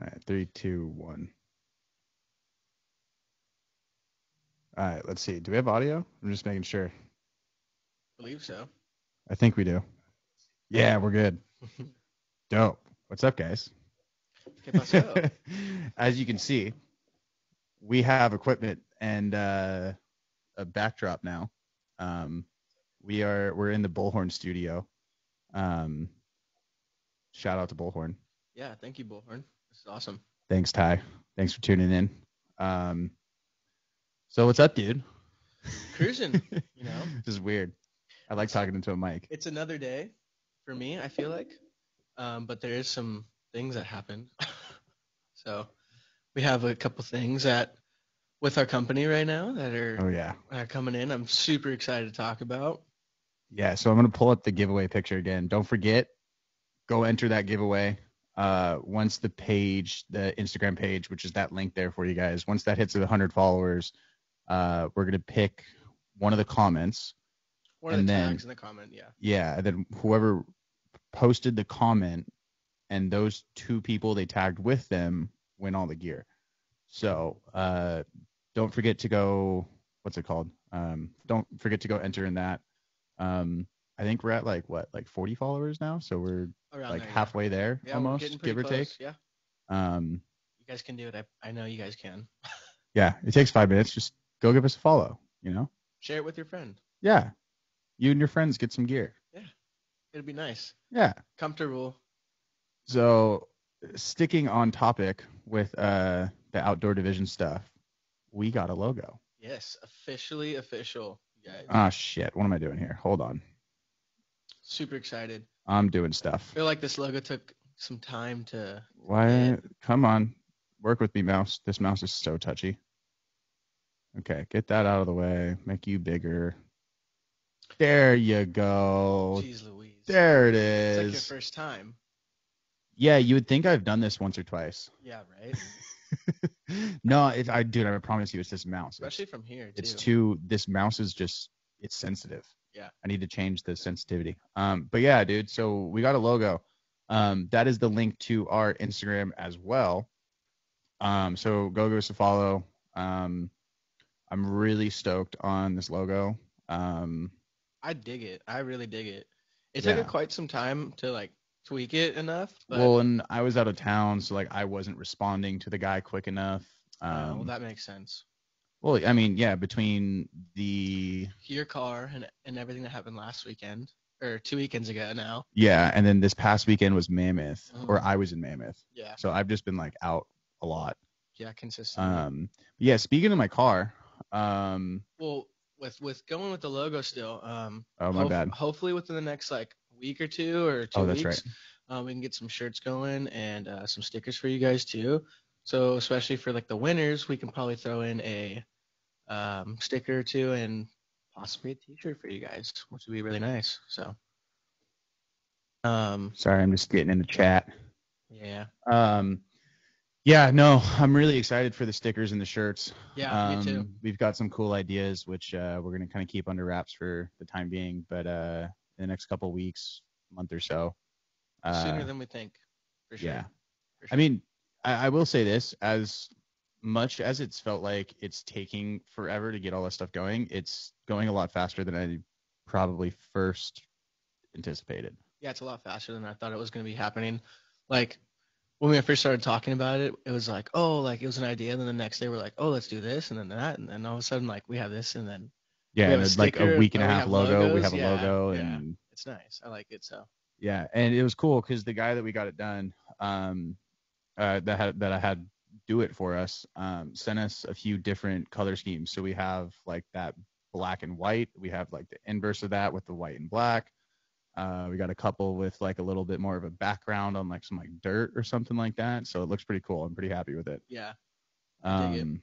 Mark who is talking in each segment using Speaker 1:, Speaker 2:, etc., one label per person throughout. Speaker 1: All right, three, two, one. All right, let's see. Do we have audio? I'm just making sure.
Speaker 2: believe so.
Speaker 1: I think we do. Yeah, we're good. Dope. What's up, guys?
Speaker 2: ¿Qué pasó?
Speaker 1: As you can see, we have equipment and uh, a backdrop now. Um, we are we're in the Bullhorn studio. Um, shout out to Bullhorn.
Speaker 2: yeah, thank you, Bullhorn. This is awesome.
Speaker 1: Thanks, Ty. Thanks for tuning in. Um, so what's up, dude?
Speaker 2: Cruising, you know.
Speaker 1: this is weird. I like talking into a mic.
Speaker 2: It's another day for me, I feel like. Um, but there is some things that happened. so we have a couple things that with our company right now that
Speaker 1: Oh
Speaker 2: are,
Speaker 1: yeah,
Speaker 2: are coming in. I'm super excited to talk about.
Speaker 1: yeah. So I'm gonna pull up the giveaway picture again. Don't forget, go enter that giveaway. Uh, once the page, the Instagram page, which is that link there for you guys, once that hits the 100 followers, uh, we're gonna pick one of the comments.
Speaker 2: One of
Speaker 1: And
Speaker 2: the
Speaker 1: then-
Speaker 2: tags in the comment, yeah.
Speaker 1: Yeah, and then whoever posted the comment and those two people they tagged with them win all the gear. So uh, don't forget to go. What's it called? Um, don't forget to go enter in that. Um, I think we're at like what, like 40 followers now. So we're like
Speaker 2: Around there, yeah.
Speaker 1: halfway there
Speaker 2: yeah. we're getting
Speaker 1: almost,
Speaker 2: pretty
Speaker 1: give or
Speaker 2: close,
Speaker 1: take.
Speaker 2: Yeah,
Speaker 1: Um,
Speaker 2: you guys can do it. I, I know you guys can.
Speaker 1: yeah, it takes five minutes. Just go give us a follow. You know?
Speaker 2: Share it with your friend.
Speaker 1: Yeah, you and your friends get some gear.
Speaker 2: It'd be nice.
Speaker 1: Yeah.
Speaker 2: Comfortable.
Speaker 1: So, sticking on topic with uh, the outdoor division stuff, we got a logo.
Speaker 2: Yes, officially official, you guys.
Speaker 1: Ah, shit. What am I doing here? Hold on.
Speaker 2: Super excited.
Speaker 1: I'm doing stuff.
Speaker 2: I feel like this logo took some time to.
Speaker 1: Why? Come on. Work with me, mouse. This mouse is so touchy. Okay, get that out of the way. Make you bigger. There you go.
Speaker 2: Jeez Louise.
Speaker 1: Oh, There it
Speaker 2: It's like your
Speaker 1: is.
Speaker 2: first time.
Speaker 1: Yeah, you would think I've done this once or twice.
Speaker 2: Yeah, right.
Speaker 1: no, it, I dude, I promise you, it's this mouse. It's
Speaker 2: Especially from here too.
Speaker 1: it's too this mouse is just it's sensitive
Speaker 2: Yeah.
Speaker 1: i need to change the sensitivity um but yeah dude so we got a logo um that is the link to our instagram as well um so go give us a follow um i'm really stoked on this logo um
Speaker 2: I dig it. I really dig it. It took
Speaker 1: Yeah.
Speaker 2: it quite some time to like tweak it enough, but
Speaker 1: well and i was out of town so like i wasn't responding to the guy quick enough
Speaker 2: uh, well,
Speaker 1: um
Speaker 2: that makes sense.
Speaker 1: well i mean yeah between the
Speaker 2: Your car and and everything that happened last weekend or two weekends ago now.
Speaker 1: yeah and then this past weekend was mammoth or
Speaker 2: Mhm.
Speaker 1: i was in mammoth
Speaker 2: Yeah.
Speaker 1: So I've just been like out a lot.
Speaker 2: Yeah, consistent.
Speaker 1: Um, yeah. Speaking of my car, um,
Speaker 2: well, with with going with the logo still. Um.
Speaker 1: oh my
Speaker 2: hof-
Speaker 1: bad.
Speaker 2: Hopefully within the next like week or two or two
Speaker 1: Oh, that's
Speaker 2: weeks,
Speaker 1: right.
Speaker 2: Uh, we can get some shirts going and uh, some stickers for you guys too. So especially for like the winners, we can probably throw in a um, sticker or two and possibly a T-shirt for you guys, which would be really nice. So, um,
Speaker 1: Sorry, I'm just getting in the chat.
Speaker 2: yeah,
Speaker 1: Um, yeah, no, I'm really excited for the stickers and the shirts.
Speaker 2: yeah, me too.
Speaker 1: Um, We've got some cool ideas, which uh, we're gonna kind of keep under wraps for the time being, but uh, in the next couple weeks, month or so. Uh,
Speaker 2: Sooner than we think, for sure.
Speaker 1: yeah. I
Speaker 2: For sure.
Speaker 1: mean, I, I will say this: as much as it's felt like it's taking forever to get all that stuff going, it's going a lot faster than I probably first anticipated.
Speaker 2: yeah, it's a lot faster than I thought it was going to be happening. Like when we first started talking about it, it was like, oh, like it was an idea. And then the next day we're like, oh, let's do this and then that. And then all of a sudden, like we have this and then
Speaker 1: Yeah,
Speaker 2: We have
Speaker 1: and
Speaker 2: a
Speaker 1: it's like a
Speaker 2: sticker,
Speaker 1: week and a
Speaker 2: uh, we
Speaker 1: half
Speaker 2: have
Speaker 1: logo. we
Speaker 2: logos,
Speaker 1: have a
Speaker 2: yeah,
Speaker 1: logo,
Speaker 2: yeah.
Speaker 1: and
Speaker 2: it's nice. I like it. So
Speaker 1: yeah, and it was cool because the guy that we got it done, um, uh, that had that I had do it for us, um, sent us a few different color schemes. So we have like that black and white. We have like the inverse of that with the white and black. Uh, we got a couple with like a little bit more of a background on like some like dirt or something like that. So it looks pretty cool. I'm pretty happy with it.
Speaker 2: yeah, dig it.
Speaker 1: Um,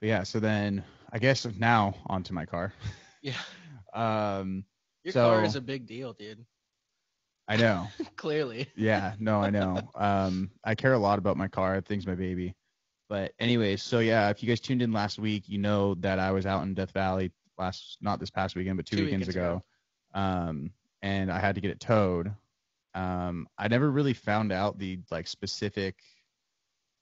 Speaker 1: but yeah, so then I guess now onto my car.
Speaker 2: yeah.
Speaker 1: Um,
Speaker 2: Your
Speaker 1: So-
Speaker 2: car is a big deal, dude.
Speaker 1: I know.
Speaker 2: Clearly.
Speaker 1: yeah no i know um i care a lot about my car things my baby but anyway so yeah if you guys tuned in last week you know that i was out in death valley last not this past weekend but two,
Speaker 2: Two
Speaker 1: weekends,
Speaker 2: weekends
Speaker 1: ago, um and i had to get it towed um i never really found out the like specific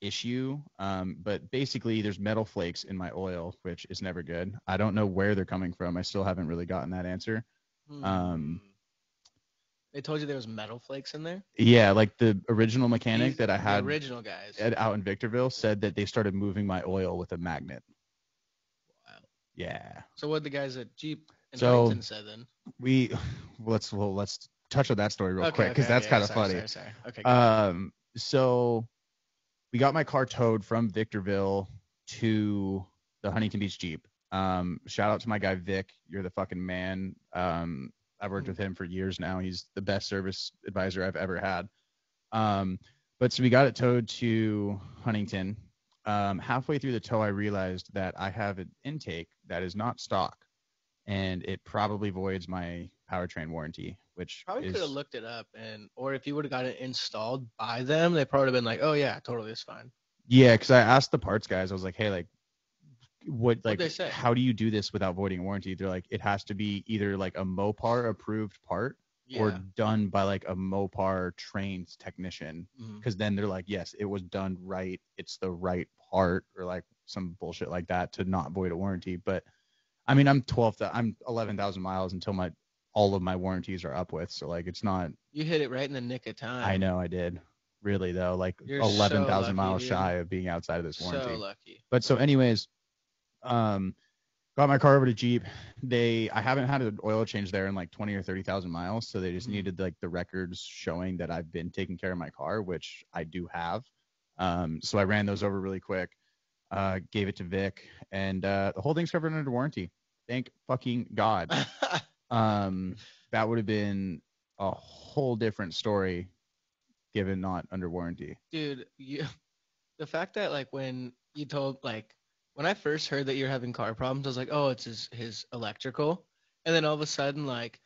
Speaker 1: issue. Um, but basically, there's metal flakes in my oil, which is never good. I don't know where they're coming from. I still haven't really gotten that answer. Um,
Speaker 2: Hmm. they told you there was metal flakes in there.
Speaker 1: Yeah, like the original mechanic
Speaker 2: These-
Speaker 1: that I
Speaker 2: the
Speaker 1: had
Speaker 2: original guys.
Speaker 1: at- out in Victorville said that they started moving my oil with a magnet.
Speaker 2: Wow.
Speaker 1: Yeah,
Speaker 2: So what the guys at Jeep and
Speaker 1: So-
Speaker 2: Huntington said then?
Speaker 1: we let's well let's touch on that story real
Speaker 2: Okay,
Speaker 1: quick because
Speaker 2: okay,
Speaker 1: that's
Speaker 2: yeah,
Speaker 1: kind of
Speaker 2: sorry,
Speaker 1: funny.
Speaker 2: Sorry, sorry. Okay.
Speaker 1: Um, so we got my car towed from Victorville to the Huntington Beach Jeep. Um, shout out to my guy Vic. You're the fucking man. Um, I've worked with him for years now. He's the best service advisor I've ever had. Um, but so we got it towed to Huntington. Um, halfway through the tow, I realized that I have an intake that is not stock, and it probably voids my powertrain warranty, which
Speaker 2: probably
Speaker 1: is
Speaker 2: could have looked it up and or if you would have got it installed by them they probably would have been like oh yeah totally it's fine
Speaker 1: Yeah, because I asked the parts guys, I was like, hey, like, what, like,
Speaker 2: they say?
Speaker 1: how do you do this without voiding warranty? They're like, it has to be either like a Mopar approved part
Speaker 2: yeah
Speaker 1: or done by like a Mopar trained technician.
Speaker 2: Mhm.
Speaker 1: Because then they're like, yes, it was done right. It's the right part or like some bullshit like that to not void a warranty. But I mean, I'm 12, thou- I'm 11,000 miles until my, all of my warranties are up with. So like, it's not,
Speaker 2: you hit it right in the nick of time
Speaker 1: I know I did. Really though, like
Speaker 2: You're so
Speaker 1: 11,000
Speaker 2: lucky,
Speaker 1: miles
Speaker 2: dude.
Speaker 1: shy of being outside of this warranty.
Speaker 2: so lucky
Speaker 1: But so, anyways, um, got my car over to Jeep. They, I haven't had an oil change there in like twenty or thirty thousand miles, so they just
Speaker 2: Mhm.
Speaker 1: needed like the records showing that I've been taking care of my car, which I do have. Um, so I ran those over really quick, uh, gave it to Vic, and uh, the whole thing's covered under warranty. Thank fucking God. Um, that would have been a whole different story, given not under warranty.
Speaker 2: dude you the fact that like when you told like when i first heard that you're having car problems i was like oh it's his his electrical and then all of a sudden like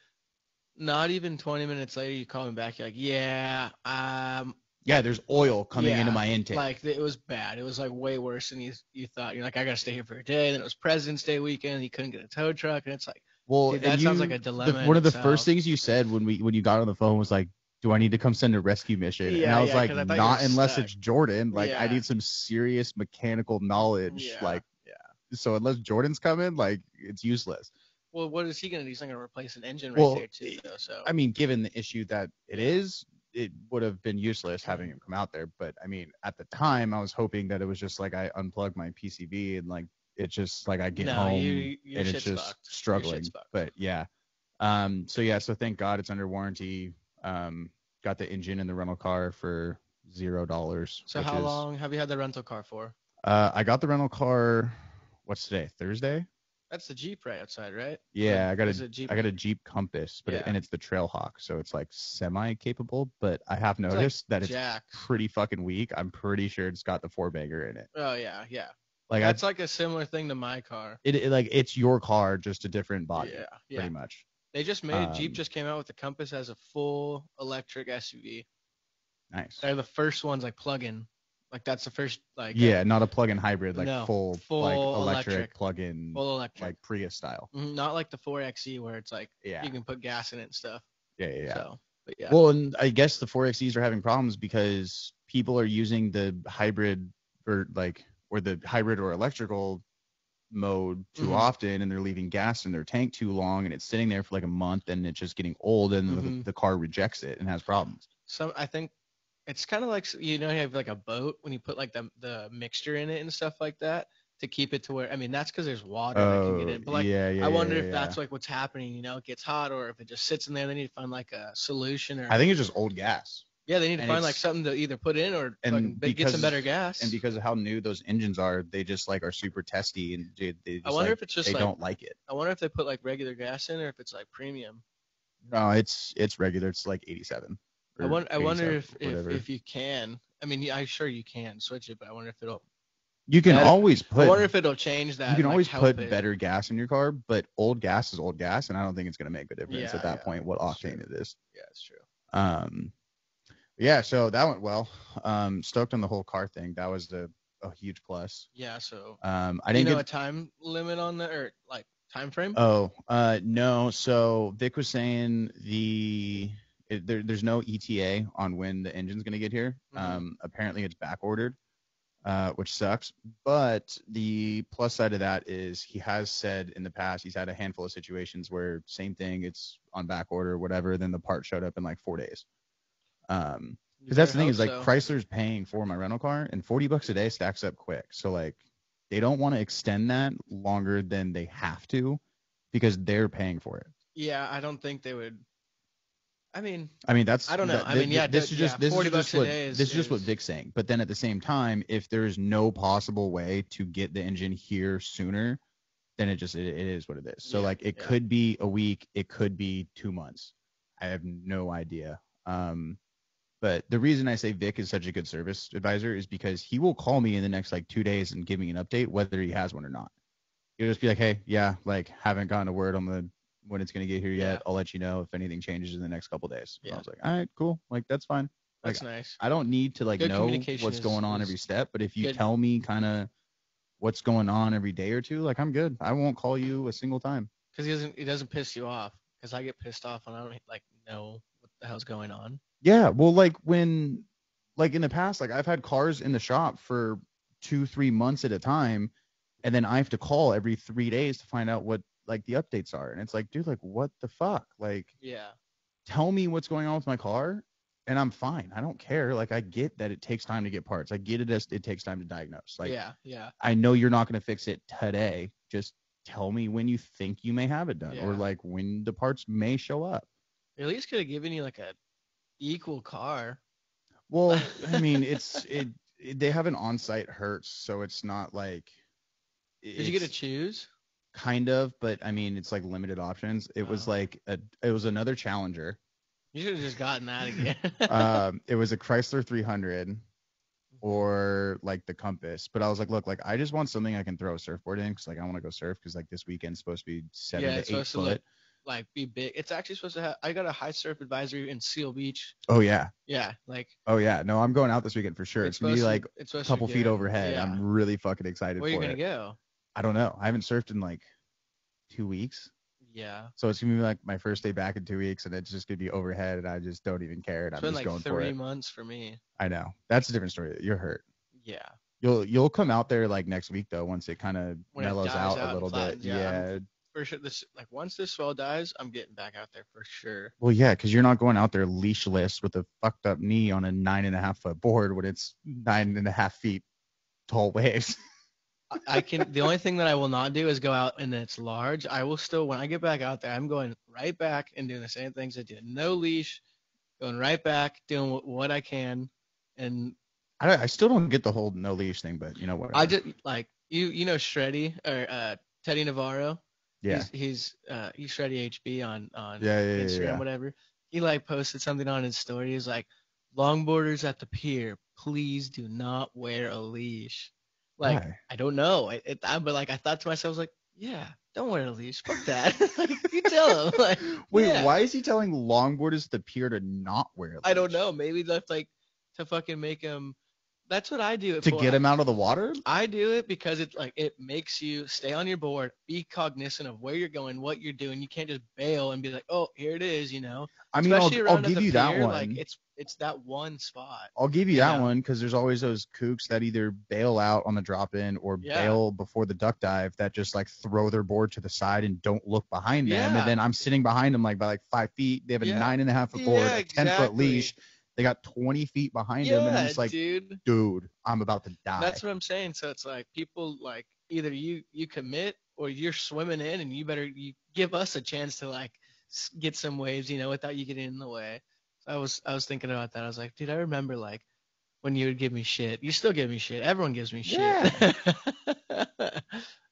Speaker 2: not even 20 minutes later you call me back you're like yeah um
Speaker 1: Yeah, there's oil coming
Speaker 2: Yeah,
Speaker 1: into my intake.
Speaker 2: Like it was bad. It was like way worse than you you thought. You're like, I gotta stay here for a day. And then it was President's Day weekend. You couldn't get a tow truck, and it's like,
Speaker 1: Well,
Speaker 2: Dude,
Speaker 1: and
Speaker 2: that sounds like a
Speaker 1: the-
Speaker 2: dilemma
Speaker 1: one
Speaker 2: in
Speaker 1: of the
Speaker 2: itself.
Speaker 1: first things you said when we when you got on the phone was like, "Do I need to come send a rescue mission?" and
Speaker 2: Yeah,
Speaker 1: I was
Speaker 2: yeah,
Speaker 1: like,
Speaker 2: 'cause I thought you
Speaker 1: "Not
Speaker 2: were
Speaker 1: unless
Speaker 2: stuck."
Speaker 1: it's Jordan. Like, I
Speaker 2: Yeah.
Speaker 1: need some serious mechanical knowledge.
Speaker 2: Yeah.
Speaker 1: Like, yeah. So unless Jordan's coming, like, it's useless.
Speaker 2: well, what is he gonna do? He's not gonna replace an engine right
Speaker 1: Well,
Speaker 2: there too. Though, so
Speaker 1: I mean, given the issue that it is, it would have been useless having him come out there. But I mean, at the time, I was hoping that it was just like I unplugged my PCB and like it just like I get
Speaker 2: no,
Speaker 1: home.
Speaker 2: you your
Speaker 1: and
Speaker 2: shit's
Speaker 1: it's just
Speaker 2: fucked. Your shit's
Speaker 1: struggling.
Speaker 2: fucked.
Speaker 1: But yeah, um, so yeah, so thank God it's under warranty. Um, got the engine in the rental car for zero dollars.
Speaker 2: so how long have you had the rental car for?
Speaker 1: Uh, I got the rental car. What's today? Thursday.
Speaker 2: That's the Jeep right outside, right?
Speaker 1: Yeah, I got
Speaker 2: Is
Speaker 1: a
Speaker 2: it Jeep.
Speaker 1: I got a Jeep Compass, but it,
Speaker 2: Yeah.
Speaker 1: and it's the Trailhawk, so it's like semi capable. But I have
Speaker 2: like
Speaker 1: noticed that it's
Speaker 2: Jack.
Speaker 1: pretty fucking weak. I'm pretty sure it's got the four bagger in it.
Speaker 2: Oh yeah, yeah.
Speaker 1: Like I,
Speaker 2: That's like a similar thing to my car.
Speaker 1: it, it like it's your car, just a different body,
Speaker 2: Yeah, yeah.
Speaker 1: pretty much.
Speaker 2: They just made Jeep
Speaker 1: Um,
Speaker 2: just came out with the Compass as a full electric SUV.
Speaker 1: Nice.
Speaker 2: They're the first ones like plug-in. Like that's the first like
Speaker 1: yeah, not a plug-in hybrid, like
Speaker 2: No,
Speaker 1: full, like
Speaker 2: full
Speaker 1: electric,
Speaker 2: electric.
Speaker 1: plug-in,
Speaker 2: full electric.
Speaker 1: like Prius style.
Speaker 2: Mhm, Not like the 4XE where it's like
Speaker 1: Yeah,
Speaker 2: you can put gas in it and stuff.
Speaker 1: yeah, yeah. yeah.
Speaker 2: So, but yeah.
Speaker 1: Well, and I guess the 4xEs are having problems because people are using the hybrid or like or the hybrid or electrical mode too
Speaker 2: Mhm.
Speaker 1: often, and they're leaving gas in their tank too long, and it's sitting there for like a month, and it's just getting old, and the,
Speaker 2: Mhm.
Speaker 1: the car rejects it and has problems.
Speaker 2: some I think it's kind of like s- you know you have like a boat when you put like the the mixture in it and stuff like that to keep it to where I mean that's because there's water that can get in. But like
Speaker 1: Oh, yeah, yeah.
Speaker 2: I
Speaker 1: yeah,
Speaker 2: wonder
Speaker 1: yeah,
Speaker 2: if
Speaker 1: yeah.
Speaker 2: that's like what's happening. You know, it gets hot or if it just sits in there. They need to find like a solution or
Speaker 1: I think it's just old gas.
Speaker 2: yeah they need to
Speaker 1: and
Speaker 2: find like
Speaker 1: it's-
Speaker 2: something to either put in or
Speaker 1: and
Speaker 2: fucking, but get some
Speaker 1: because-
Speaker 2: better gas.
Speaker 1: and because of how new those engines are, they just like are super testy and they, they just,
Speaker 2: I wonder
Speaker 1: like,
Speaker 2: if it's just
Speaker 1: they
Speaker 2: like
Speaker 1: don't like it.
Speaker 2: I wonder if they put like regular gas in or if it's like premium.
Speaker 1: No, it's it's regular. It's like 87.
Speaker 2: I
Speaker 1: or
Speaker 2: wonder, I wonder
Speaker 1: 87,
Speaker 2: if, if
Speaker 1: whatever.
Speaker 2: if you can. I mean, yeah, I'm sure you can switch it, but I wonder if it'll.
Speaker 1: you can
Speaker 2: that-
Speaker 1: always put
Speaker 2: I wonder if it'll change that.
Speaker 1: you can
Speaker 2: and, like,
Speaker 1: always
Speaker 2: help
Speaker 1: put
Speaker 2: it.
Speaker 1: better gas in your car, but old gas is old gas, and I don't think it's gonna make a difference
Speaker 2: Yeah,
Speaker 1: at that
Speaker 2: yeah,
Speaker 1: point what
Speaker 2: that's true.
Speaker 1: octane it is.
Speaker 2: Yeah, it's true.
Speaker 1: Um, yeah, so that went well. Um, stoked on the whole car thing. That was a, a huge plus.
Speaker 2: Yeah, so
Speaker 1: Um, I
Speaker 2: I
Speaker 1: didn't
Speaker 2: you know
Speaker 1: get
Speaker 2: a time limit on the or like time frame.
Speaker 1: Oh, uh, no. So Vic was saying the E it, there, there's no ETA on when the engine's gonna get here.
Speaker 2: Mhm.
Speaker 1: Um, apparently it's back ordered. uh, which sucks. But the plus side of that is he has said in the past he's had a handful of situations where same thing, it's on back order, or whatever. Then the part showed up in like four days. Um, because that's the thing is like Chrysler's paying for my rental car, and forty bucks a day stacks up quick. So like they don't want to extend that longer than they have to because they're paying for it.
Speaker 2: Yeah, I don't think they would. I mean,
Speaker 1: I mean, that's
Speaker 2: I don't know.
Speaker 1: that-
Speaker 2: I mean,
Speaker 1: thi-
Speaker 2: yeah,
Speaker 1: this
Speaker 2: d-
Speaker 1: is just
Speaker 2: yeah,
Speaker 1: this is
Speaker 2: 40
Speaker 1: just
Speaker 2: bucks a
Speaker 1: what
Speaker 2: day
Speaker 1: this
Speaker 2: is-
Speaker 1: is just what
Speaker 2: is-
Speaker 1: Vic's saying. But then at the same time, if there's no possible way to get the engine here sooner, then it just it, it is what it is. So
Speaker 2: Yeah,
Speaker 1: like it
Speaker 2: yeah.
Speaker 1: could be a week, it could be two months. I have no idea. Um, but the reason I say Vic is such a good service advisor is because he will call me in the next like two days and give me an update whether he has one or not. He'll just be like, hey, yeah, like haven't gotten a word on the when it's gonna get here yet.
Speaker 2: Yeah.
Speaker 1: I'll let you know if anything changes in the next couple days. And
Speaker 2: Yeah.
Speaker 1: I was like, all right, cool, like that's fine.
Speaker 2: that's nice.
Speaker 1: I don't need to like
Speaker 2: Good
Speaker 1: know
Speaker 2: communication
Speaker 1: what's
Speaker 2: is-
Speaker 1: going on
Speaker 2: is
Speaker 1: every step, but if you
Speaker 2: good.
Speaker 1: tell me kind of what's going on every day or two, like I'm good. I won't call you a single time.
Speaker 2: Because he doesn't he doesn't piss you off. Because I get pissed off when I don't like know what the hell's going on.
Speaker 1: Yeah, well, like when, like in the past, like I've had cars in the shop for two, three months at a time, and then I have to call every three days to find out what like the updates are, and it's like, dude, like what the fuck, like
Speaker 2: Yeah.
Speaker 1: tell me what's going on with my car and I'm fine. I don't care. Like I get that it takes time to get parts. I get it as it takes time to diagnose. Like
Speaker 2: yeah. Yeah.
Speaker 1: I know you're not going to fix it today. Just tell me when you think you may have it done or
Speaker 2: Yeah.
Speaker 1: like when the parts may show up.
Speaker 2: At least could have given you like a equal car.
Speaker 1: Well, I mean, it's it, it- they have an on-site hertz, so it's not like
Speaker 2: Did you get to
Speaker 1: it's
Speaker 2: choose?
Speaker 1: kind of, but I mean, it's like limited options. It was
Speaker 2: Oh.
Speaker 1: like a it was another Challenger.
Speaker 2: You should have just gotten that again.
Speaker 1: um, it was a Chrysler 300
Speaker 2: Mm-hmm.
Speaker 1: or like the Compass. But I was like, look, like I just want something I can throw a surfboard in because like I want to go surf because like this weekend's supposed to be seven
Speaker 2: Yeah,
Speaker 1: to
Speaker 2: it's
Speaker 1: eight
Speaker 2: supposed to
Speaker 1: foot.
Speaker 2: look- like be big. It's actually supposed to have. I got a high surf advisory in Seal Beach.
Speaker 1: oh yeah,
Speaker 2: Yeah, like
Speaker 1: oh yeah. No, I'm going out this weekend for sure. It's, gonna be
Speaker 2: supposed
Speaker 1: like
Speaker 2: to- it's
Speaker 1: a
Speaker 2: supposed to be
Speaker 1: couple feet
Speaker 2: good.
Speaker 1: overhead.
Speaker 2: Yeah.
Speaker 1: I'm really fucking excited
Speaker 2: Where are you
Speaker 1: for
Speaker 2: gonna
Speaker 1: it.
Speaker 2: go?
Speaker 1: I don't know. I haven't surfed in like two weeks.
Speaker 2: Yeah,
Speaker 1: So it's gonna be like my first day back in two weeks, and it's just gonna be overhead, and I just don't even care, and
Speaker 2: it's
Speaker 1: I'm
Speaker 2: been
Speaker 1: just
Speaker 2: like
Speaker 1: going for
Speaker 2: three
Speaker 1: it.
Speaker 2: months for me.
Speaker 1: I know that's a different story. You're hurt.
Speaker 2: Yeah,
Speaker 1: You'll you'll come out there like next week though, once it kind of
Speaker 2: When it
Speaker 1: mellows
Speaker 2: dies
Speaker 1: out,
Speaker 2: out
Speaker 1: a
Speaker 2: and
Speaker 1: little bit.
Speaker 2: flattens, yeah, I'm-
Speaker 1: yeah,
Speaker 2: for sure. This like once this swell dies, I'm getting back out there for sure.
Speaker 1: Well, yeah, because you're not going out there leashless with a fucked up knee on a nine and a half foot board when it's nine and a half feet tall waves.
Speaker 2: I- I can. the only thing that I will not do is go out and it's large. I will still when I get back out there, I'm going right back and doing the same things I did. No leash, going right back, doing what, what I can, and
Speaker 1: I, don't- I still don't get the whole no leash thing, but you know what?
Speaker 2: I just like you. You know Shreddy or uh, Teddy Navarro.
Speaker 1: yeah,
Speaker 2: He's he's, uh, he's Shreddy HB on on
Speaker 1: yeah, yeah, yeah,
Speaker 2: Instagram
Speaker 1: yeah.
Speaker 2: whatever. He like posted something on his story. He's like, longboarders at the pier, please do not wear a leash. Like
Speaker 1: Why?
Speaker 2: I don't know. I, it, I but like I thought to myself, I was like, yeah, don't wear a leash. Fuck that. like, you tell him. Like,
Speaker 1: Wait,
Speaker 2: yeah.
Speaker 1: why is he telling longboarders at the pier to not wear? a
Speaker 2: I don't
Speaker 1: leash?
Speaker 2: know. Maybe that's like to fucking make him. That's what I do. it
Speaker 1: To
Speaker 2: for.
Speaker 1: get him out of the water?
Speaker 2: I do it because it like it makes you stay on your board, be cognizant of where you're going, what you're doing. You can't just bail and be like, "Oh, here it is," you know.
Speaker 1: I mean, I'll, I'll
Speaker 2: at
Speaker 1: give
Speaker 2: the
Speaker 1: you that
Speaker 2: pier,
Speaker 1: one.
Speaker 2: Like it's it's that one spot.
Speaker 1: I'll give you that
Speaker 2: Yeah.
Speaker 1: one because there's always those kooks that either bail out on the drop in or
Speaker 2: Yeah.
Speaker 1: bail before the duck dive that just like throw their board to the side and don't look behind them.
Speaker 2: Yeah.
Speaker 1: And then I'm sitting behind them like by like five feet. They have a
Speaker 2: Yeah.
Speaker 1: nine and a half foot board, a 10 foot leash. They got 20 feet behind them. And I'm
Speaker 2: Yeah,
Speaker 1: just like, dude.
Speaker 2: dude.
Speaker 1: I'm about to die.
Speaker 2: That's what I'm saying. So it's like people like either you you commit or you're swimming in, and you better you give us a chance to like s- get some waves, you know, without you getting in the way. I was I was thinking about that. I was like, dude, I remember like when you would give me shit. You still give me shit. Everyone gives me shit.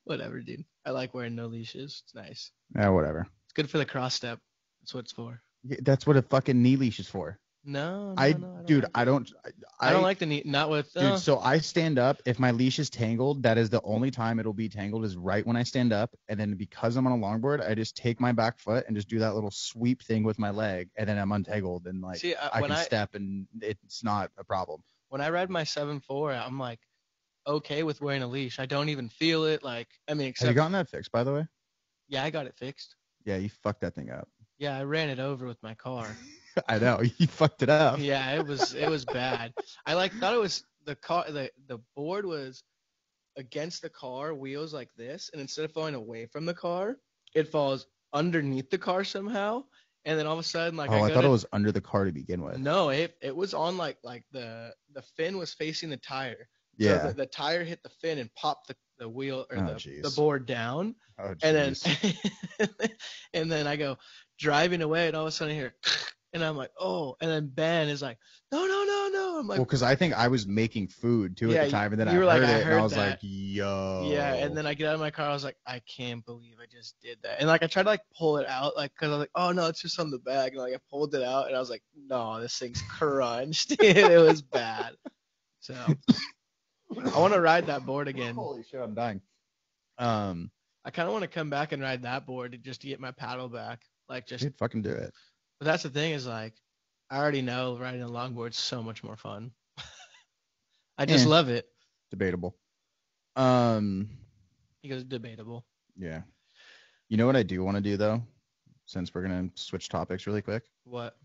Speaker 2: Whatever, dude. I like wearing no leashes. It's nice.
Speaker 1: yeah, whatever.
Speaker 2: It's good for the cross step. That's what it's for.
Speaker 1: Yeah, That's what a fucking knee leash is for.
Speaker 2: No, no,
Speaker 1: I,
Speaker 2: no, don't
Speaker 1: dude,
Speaker 2: like
Speaker 1: I
Speaker 2: it.
Speaker 1: don't, I,
Speaker 2: I don't like the knee. Not with.
Speaker 1: Dude,
Speaker 2: uh,
Speaker 1: so I stand up. If my leash is tangled, that is the only time it'll be tangled is right when I stand up. And then because I'm on a longboard, I just take my back foot and just do that little sweep thing with my leg, and then I'm untangled and like
Speaker 2: see, I,
Speaker 1: I
Speaker 2: when
Speaker 1: can
Speaker 2: I
Speaker 1: step and it's not a problem.
Speaker 2: when I ride my seven four, I'm like okay with wearing a leash. I don't even feel it. Like I mean,
Speaker 1: Have
Speaker 2: except
Speaker 1: you gotten that fixed, by the way?
Speaker 2: yeah, I got it fixed.
Speaker 1: Yeah, you fucked that thing up.
Speaker 2: Yeah, I ran it over with my car.
Speaker 1: I know you fucked it up.
Speaker 2: yeah, it was it was bad. I like thought it was the car the, the board was against the car wheels like this and instead of falling away from the car it falls underneath the car somehow and then all of a sudden like
Speaker 1: oh, I,
Speaker 2: go
Speaker 1: thought
Speaker 2: to-
Speaker 1: it was under the car to begin with.
Speaker 2: no it it was on like like the the fin was facing the tire so
Speaker 1: yeah.
Speaker 2: the, the tire hit the fin and popped the, the wheel or
Speaker 1: Oh,
Speaker 2: the,
Speaker 1: jeez.
Speaker 2: the board down
Speaker 1: Oh,
Speaker 2: and
Speaker 1: jeez.
Speaker 2: then and then I go driving away, and all of a sudden I hear, and I'm like, oh, and then Ben is like, no, no, no, no. I'm like,
Speaker 1: well, because I think I was making food too
Speaker 2: Yeah,
Speaker 1: at the
Speaker 2: you-
Speaker 1: time, and then
Speaker 2: you
Speaker 1: I
Speaker 2: were
Speaker 1: heard
Speaker 2: like,
Speaker 1: it,
Speaker 2: "I
Speaker 1: and
Speaker 2: heard
Speaker 1: I was
Speaker 2: that."
Speaker 1: like, "Yo."
Speaker 2: yeah. And then I get out of my car, I was like, I can't believe I just did that. And like I tried to like pull it out, like because I was like, oh no, it's just on the bag. And like I pulled it out, and I was like, no, this thing's crunched. it was bad. So I want to ride that board again.
Speaker 1: Holy shit, I'm dying. Um,
Speaker 2: I kind of want to come back and ride that board to- just to get my paddle back. Like just
Speaker 1: dude, fucking do it.
Speaker 2: But that's the thing is like, I already know riding a longboard's so much more fun. I just
Speaker 1: Eh.
Speaker 2: love it.
Speaker 1: Debatable. Um,
Speaker 2: He goes debatable.
Speaker 1: yeah. You know what I do want to do though, since we're gonna switch topics really quick.
Speaker 2: What?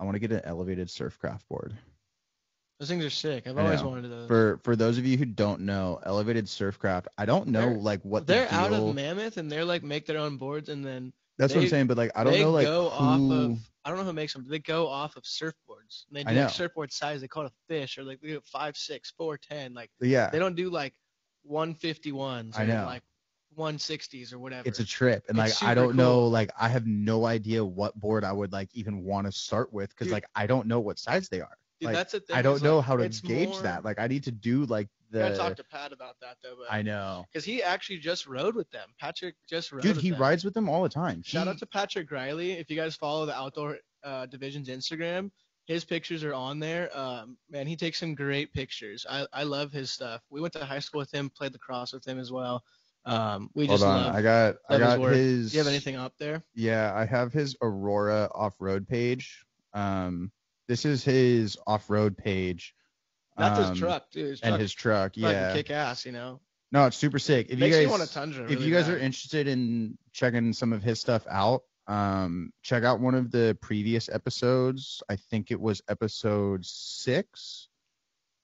Speaker 1: I want to get an elevated surf craft board.
Speaker 2: Those things are sick. I've
Speaker 1: I
Speaker 2: always
Speaker 1: know.
Speaker 2: wanted those.
Speaker 1: For for those of you who don't know, elevated surf craft. I don't know
Speaker 2: They're-
Speaker 1: like what the
Speaker 2: they're out
Speaker 1: deal-
Speaker 2: of Mammoth and they're like make their own boards and then
Speaker 1: That's what I'm
Speaker 2: they-
Speaker 1: saying, but like I don't
Speaker 2: they
Speaker 1: know like
Speaker 2: go
Speaker 1: who-
Speaker 2: off of I don't know who makes them. But they go off of surfboards. And they
Speaker 1: I
Speaker 2: do like
Speaker 1: know.
Speaker 2: surfboard size. They call it a fish or like they do it five, six, four, ten. Like
Speaker 1: yeah.
Speaker 2: they don't do like one fifty ones.
Speaker 1: I know.
Speaker 2: Like one sixties or whatever.
Speaker 1: It's a trip, and
Speaker 2: It's
Speaker 1: like I
Speaker 2: super
Speaker 1: don't know,
Speaker 2: cool.
Speaker 1: like I have no idea what board I would like even want to start with because
Speaker 2: Dude.
Speaker 1: like I don't know what size they are.
Speaker 2: Dude,
Speaker 1: like,
Speaker 2: that's the thing.
Speaker 1: I don't
Speaker 2: is,
Speaker 1: know
Speaker 2: like,
Speaker 1: how to
Speaker 2: it's
Speaker 1: gauge
Speaker 2: more-
Speaker 1: that. Like I need to do like
Speaker 2: You gotta talk
Speaker 1: the.
Speaker 2: to Pat about that though. But
Speaker 1: I know,
Speaker 2: because he actually just rode with them. Patrick just rode.
Speaker 1: dude.
Speaker 2: with
Speaker 1: He
Speaker 2: them.
Speaker 1: rides with them all the time.
Speaker 2: Shout
Speaker 1: He-
Speaker 2: out to Patrick Riley. If you guys follow the Outdoor uh, Division's Instagram, his pictures are on there. Um, man, he takes some great pictures. I, I love his stuff. We went to high school with him, played lacrosse with him as well. Um, we
Speaker 1: Hold
Speaker 2: just
Speaker 1: on,
Speaker 2: love.
Speaker 1: I got I
Speaker 2: love his
Speaker 1: got
Speaker 2: work.
Speaker 1: his.
Speaker 2: Do you have anything up there?
Speaker 1: Yeah, I have his Aurora off-road page. Um, this is his off-road page.
Speaker 2: That's
Speaker 1: um,
Speaker 2: his truck, dude. His
Speaker 1: and
Speaker 2: truck
Speaker 1: his truck.
Speaker 2: fucking
Speaker 1: Yeah,
Speaker 2: kick ass, you know.
Speaker 1: no, it's super sick. If
Speaker 2: Makes
Speaker 1: you guys
Speaker 2: me want a tundra.
Speaker 1: if you guys are interested in checking some of his stuff out, um, check out one of the previous episodes. I think it was episode six.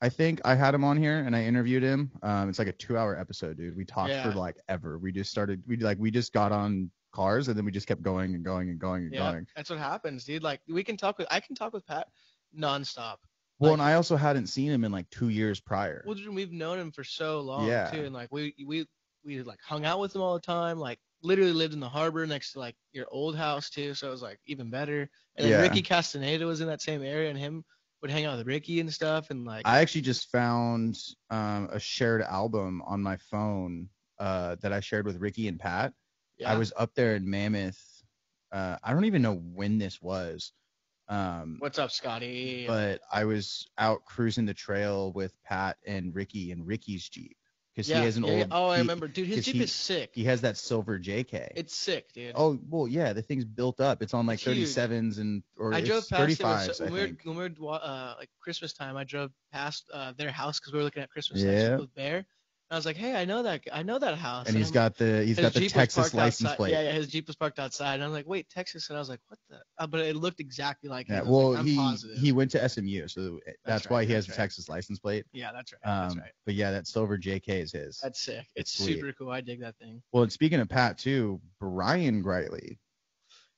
Speaker 1: I think I had him on here and I interviewed him. Um, it's like a two-hour episode, dude. We talked
Speaker 2: Yeah.
Speaker 1: for like ever. We just started. We like we just got on cars and then we just kept going and going and going and
Speaker 2: yeah,
Speaker 1: going.
Speaker 2: that's what happens, dude. Like we can talk with I can talk with Pat nonstop.
Speaker 1: Well,
Speaker 2: Like-
Speaker 1: and I also hadn't seen him in like two years prior.
Speaker 2: Well, dude, we've known him for so long
Speaker 1: Yeah.
Speaker 2: too, and like we we we like hung out with him all the time. Like literally lived in the harbor next to like your old house too, so it was like even better. And then
Speaker 1: Yeah.
Speaker 2: Ricky Castaneda was in that same area, and him would hang out with Ricky and stuff, and like
Speaker 1: I actually just found um, a shared album on my phone uh, that I shared with Ricky and Pat.
Speaker 2: yeah,
Speaker 1: I was up there in Mammoth. Uh, I don't even know when this was, um,
Speaker 2: What's up, Scotty?
Speaker 1: but I was out cruising the trail with Pat and Ricky in Ricky's Jeep because he has an
Speaker 2: yeah.
Speaker 1: old.
Speaker 2: Oh, I
Speaker 1: he-
Speaker 2: remember, dude. His
Speaker 1: 'cause
Speaker 2: Jeep
Speaker 1: he-
Speaker 2: is sick.
Speaker 1: He has that silver JK.
Speaker 2: it's sick, dude.
Speaker 1: oh well, yeah, the thing's built up. It's on like
Speaker 2: It's huge.
Speaker 1: 37s and or
Speaker 2: I drove
Speaker 1: it's
Speaker 2: past it
Speaker 1: 35s.
Speaker 2: when
Speaker 1: I
Speaker 2: we were
Speaker 1: think.
Speaker 2: when we were wa- uh, like Christmas time. I drove past uh, their house because we were looking at Christmas
Speaker 1: Yeah.
Speaker 2: lights with Bear. And I was like, hey, I know that I know that house.
Speaker 1: And he's
Speaker 2: I'm-
Speaker 1: got the he's
Speaker 2: his
Speaker 1: got the
Speaker 2: Jeep was
Speaker 1: Texas
Speaker 2: parked
Speaker 1: license
Speaker 2: outside-
Speaker 1: plate.
Speaker 2: Yeah, yeah, his Jeep was parked outside, and I was like, "Wait, Texas?" And I was like, "What the?" Uh, but it looked exactly like.
Speaker 1: Yeah,
Speaker 2: him. I was
Speaker 1: well,
Speaker 2: like, I'm
Speaker 1: he
Speaker 2: positive.
Speaker 1: he went to SMU, so that's,
Speaker 2: That's
Speaker 1: why
Speaker 2: right,
Speaker 1: he has
Speaker 2: that's
Speaker 1: a
Speaker 2: right.
Speaker 1: Texas license plate.
Speaker 2: Yeah, that's right.
Speaker 1: Um,
Speaker 2: that's right.
Speaker 1: But yeah, that silver JK is his.
Speaker 2: That's sick. It's,
Speaker 1: it's sweet.
Speaker 2: super cool. I dig that thing,
Speaker 1: Well, and speaking of Pat too, Brian Griley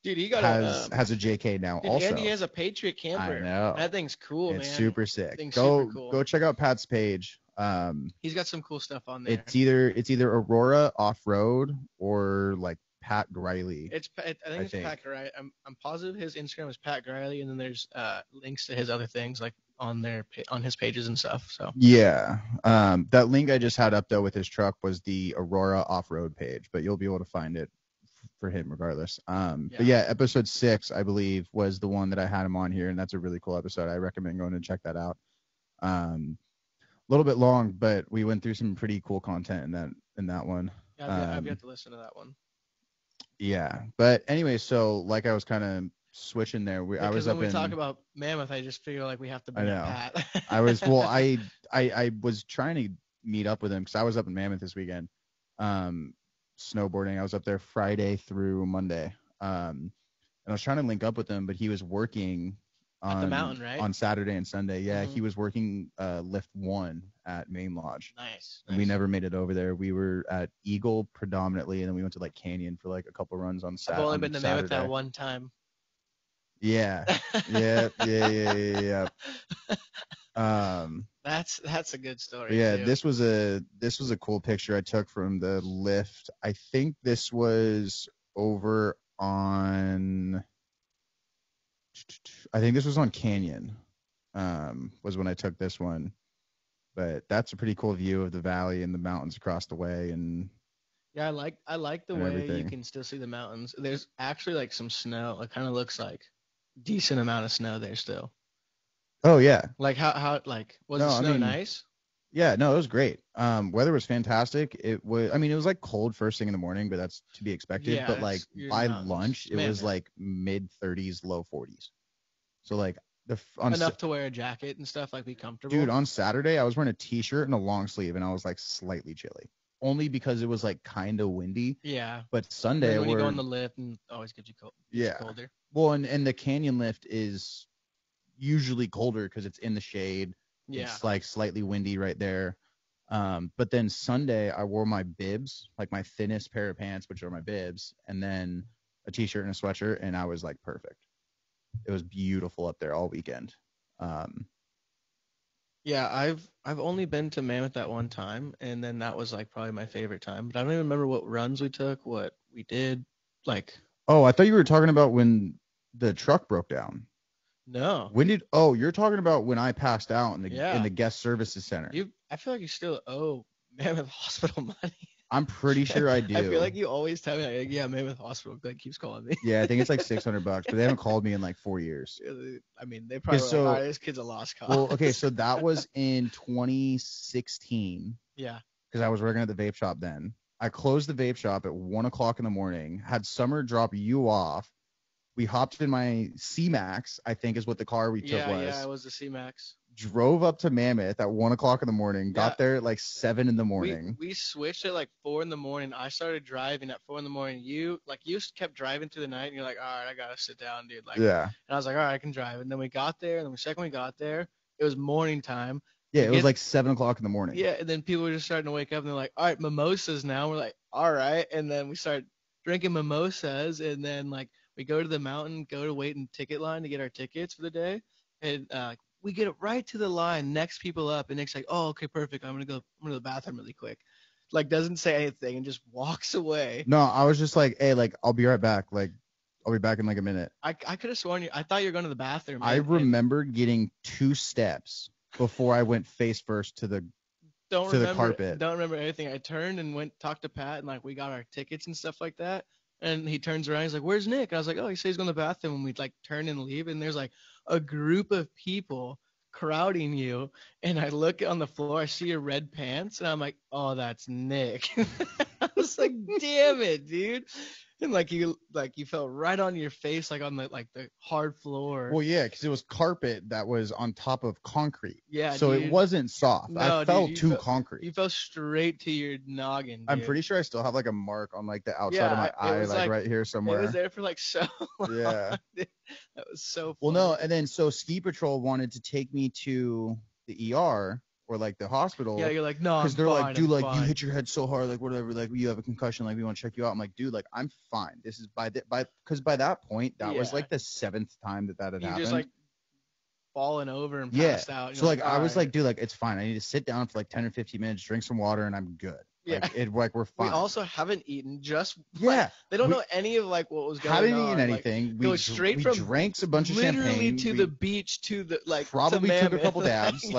Speaker 2: dude. He got
Speaker 1: has
Speaker 2: a. Um,
Speaker 1: has a JK now
Speaker 2: dude,
Speaker 1: also.
Speaker 2: and he has a Patriot camper.
Speaker 1: I know.
Speaker 2: That thing's cool,
Speaker 1: it's
Speaker 2: man.
Speaker 1: super sick.
Speaker 2: thing's
Speaker 1: Go
Speaker 2: super cool.
Speaker 1: go check out Pat's page. Um,
Speaker 2: He's got some cool stuff on there.
Speaker 1: it's either it's either Aurora off road or like Pat Griley.
Speaker 2: It's Pat- I think
Speaker 1: I
Speaker 2: it's
Speaker 1: think.
Speaker 2: Pat Griley. I'm, I'm positive his Instagram is Pat Griley, and then there's uh, links to his other things like on their pa- on his pages and stuff. So
Speaker 1: Yeah. Um, that link I just had up though with his truck was the Aurora off road page, but you'll be able to find it f- for him regardless. Um, but yeah, episode six I believe was the one that I had him on here, and that's a really cool episode. I recommend going and check that out. Um, a little bit long, but we went through some pretty cool content in that in that one.
Speaker 2: yeah, I've, got,
Speaker 1: Um,
Speaker 2: I've got to listen to that one.
Speaker 1: Yeah. But anyway, so like I was kind of switching there. We, I
Speaker 2: Because
Speaker 1: was
Speaker 2: when
Speaker 1: up
Speaker 2: we
Speaker 1: in.
Speaker 2: talk about Mammoth, I just figure like we have to
Speaker 1: I
Speaker 2: bring up
Speaker 1: know.
Speaker 2: Pat.
Speaker 1: I was well. I, I I was trying to meet up with him because I was up in Mammoth this weekend, um, snowboarding. I was up there Friday through Monday, um, and I was trying to link up with him, but he was working on
Speaker 2: the mountain, right?
Speaker 1: on Saturday and Sunday. Yeah,
Speaker 2: Mhm.
Speaker 1: he was working uh, lift one at Main Lodge.
Speaker 2: Nice.
Speaker 1: And we never made it over there. We were at Eagle predominantly, and then we went to like Canyon for like a couple runs on Sat-
Speaker 2: I've
Speaker 1: on Saturday.
Speaker 2: only been to Mammoth that one time.
Speaker 1: Yeah, yeah, yeah, yeah, yeah, yeah. yeah. Um,
Speaker 2: That's that's a good story.
Speaker 1: yeah,
Speaker 2: too.
Speaker 1: this was a this was a cool picture I took from the lift. I think this was over on. I think this was on Canyon. Um, was when I took this one, but that's a pretty cool view of the valley and the mountains across the way, and
Speaker 2: Yeah, I like I like the
Speaker 1: and
Speaker 2: way you
Speaker 1: everything.
Speaker 2: can still see the mountains. There's actually like some snow. It kind of looks like decent amount of snow there still.
Speaker 1: oh yeah,
Speaker 2: Like how how like was
Speaker 1: No,
Speaker 2: the
Speaker 1: I
Speaker 2: snow
Speaker 1: mean-
Speaker 2: nice?
Speaker 1: Yeah, no, it was great. Um, weather was fantastic. It was, I mean, it was like cold first thing in the morning, but that's to be expected.
Speaker 2: Yeah,
Speaker 1: but
Speaker 2: it's-
Speaker 1: like
Speaker 2: you're in the
Speaker 1: by
Speaker 2: mountains.
Speaker 1: lunch, it
Speaker 2: Man,
Speaker 1: was
Speaker 2: man.
Speaker 1: like mid 30s, low 40s. So like the f- on
Speaker 2: Enough
Speaker 1: Sa-
Speaker 2: to wear a jacket and stuff, like be comfortable.
Speaker 1: dude on Saturday, I was wearing a t-shirt and a long sleeve, and I was like slightly chilly, only because it was like kind of windy.
Speaker 2: yeah.
Speaker 1: But
Speaker 2: And
Speaker 1: Sunday,
Speaker 2: then when you
Speaker 1: we're-
Speaker 2: go on the lift and it always gives you cold. it's
Speaker 1: yeah,
Speaker 2: Colder.
Speaker 1: well, and and the canyon lift is usually colder because it's in the shade.
Speaker 2: Yeah.
Speaker 1: It's like slightly windy right there. Um, but then Sunday I wore my bibs, like my thinnest pair of pants, which are my bibs, and then a t-shirt and a sweatshirt, and I was like perfect. It was beautiful up there all weekend. Um,
Speaker 2: Yeah, I've I've only been to Mammoth that one time, and then that was like probably my favorite time. But I don't even remember what runs we took, what we did. Like
Speaker 1: oh, I thought you were talking about when the truck broke down.
Speaker 2: no,
Speaker 1: When did? Oh, you're talking about when I passed out in the
Speaker 2: Yeah.
Speaker 1: in the guest services center.
Speaker 2: you. I feel like you still owe Mammoth Hospital money.
Speaker 1: I'm pretty sure I do.
Speaker 2: I feel like you always tell me, like, yeah, Mammoth Hospital like, keeps calling me.
Speaker 1: yeah, I think it's like 600 bucks, but they haven't called me in like four years.
Speaker 2: I mean, they probably were
Speaker 1: so-
Speaker 2: like, all right, this kid's a lost cause.
Speaker 1: Well, okay, so that was in 2016.
Speaker 2: yeah,
Speaker 1: because I was working at the vape shop then. I closed the vape shop at one o'clock in the morning, had Summer drop you off. We hopped in my C Max, I think is what the car we took
Speaker 2: yeah,
Speaker 1: was.
Speaker 2: yeah, it was the C Max.
Speaker 1: Drove up to Mammoth at one o'clock in the morning,
Speaker 2: Yeah.
Speaker 1: got there at like seven in the
Speaker 2: We,
Speaker 1: morning.
Speaker 2: we switched at like four in the morning. I started driving at four in the morning. You like you kept driving through the night, and you're like, all right, I gotta sit down, dude. Like,
Speaker 1: yeah.
Speaker 2: and I was like, all right, I can drive. And then we got there, and then the second we got there, it was morning time.
Speaker 1: Yeah, it was
Speaker 2: get-
Speaker 1: like seven o'clock in the morning.
Speaker 2: Yeah, and then people were just starting to wake up and they're like, all right, mimosas now. We're like, all right. And then we start drinking mimosas. And then, like, we go to the mountain, go to wait in ticket line to get our tickets for the day. And uh, we get right to the line, next people up. And Nick's like, oh, okay, perfect. I'm going to go I'm going to the bathroom really quick. Like, doesn't say anything and just walks away.
Speaker 1: No, I was just like, hey, like I'll be right back. Like I'll be back in like a minute.
Speaker 2: I, I could have sworn you, I thought you were going to the bathroom.
Speaker 1: I
Speaker 2: and- and
Speaker 1: remember getting two steps before I went face first to the
Speaker 2: don't
Speaker 1: to the
Speaker 2: remember,
Speaker 1: carpet.
Speaker 2: Don't remember anything. I turned and went talked to Pat and like we got our tickets and stuff like that. And he turns around, he's like, "Where's Nick?" And I was like, "Oh, he said he's going to the bathroom." And we'd like turn and leave, and there's like a group of people crowding you. And I look on the floor, I see your red pants, and I'm like, "Oh, that's Nick." I was like, "Damn it, dude!" And like you, like you fell right on your face, like on the like the hard floor.
Speaker 1: Well, yeah, because it was carpet that was on top of concrete.
Speaker 2: yeah.
Speaker 1: so
Speaker 2: dude.
Speaker 1: it wasn't soft.
Speaker 2: No,
Speaker 1: I
Speaker 2: dude,
Speaker 1: felt
Speaker 2: you
Speaker 1: too
Speaker 2: fe-
Speaker 1: concrete.
Speaker 2: You fell straight to your noggin.
Speaker 1: I'm
Speaker 2: dude.
Speaker 1: pretty sure I still have like a mark on like the outside
Speaker 2: Yeah,
Speaker 1: of my
Speaker 2: it
Speaker 1: eye,
Speaker 2: was,
Speaker 1: like,
Speaker 2: like-
Speaker 1: right here
Speaker 2: It
Speaker 1: somewhere.
Speaker 2: was there for like so long.
Speaker 1: Yeah.
Speaker 2: That was so.
Speaker 1: Well,
Speaker 2: fun.
Speaker 1: no, and then so ski patrol wanted to take me to the ER or like the hospital.
Speaker 2: Yeah, you're like no.
Speaker 1: because
Speaker 2: I'm
Speaker 1: they're
Speaker 2: fine,
Speaker 1: like, dude,
Speaker 2: I'm
Speaker 1: like you
Speaker 2: fine."
Speaker 1: hit your head so hard, like whatever, like you have a concussion, like we want to check you out. I'm like, dude, like I'm fine. This is by the by, because by that point, that was
Speaker 2: Yeah.
Speaker 1: like the seventh time that that had
Speaker 2: You
Speaker 1: happened.
Speaker 2: just like falling over and
Speaker 1: Yeah,
Speaker 2: passed out. and
Speaker 1: so
Speaker 2: you're
Speaker 1: like I was
Speaker 2: "Alright."
Speaker 1: like, dude, like it's fine. I need to sit down for like 10 or 15 minutes, drink some water, and I'm good.
Speaker 2: Yeah.
Speaker 1: Like, it like we're fine.
Speaker 2: we also haven't eaten. Just like,
Speaker 1: yeah.
Speaker 2: they don't
Speaker 1: we-
Speaker 2: know any of like what was going
Speaker 1: hadn't
Speaker 2: on.
Speaker 1: eaten
Speaker 2: like,
Speaker 1: anything. we
Speaker 2: it
Speaker 1: dr-
Speaker 2: was straight
Speaker 1: we
Speaker 2: from
Speaker 1: drank a bunch of
Speaker 2: literally
Speaker 1: champagne.
Speaker 2: to
Speaker 1: we,
Speaker 2: the beach to the like to
Speaker 1: Probably took a
Speaker 2: Mammoth,
Speaker 1: couple dabs,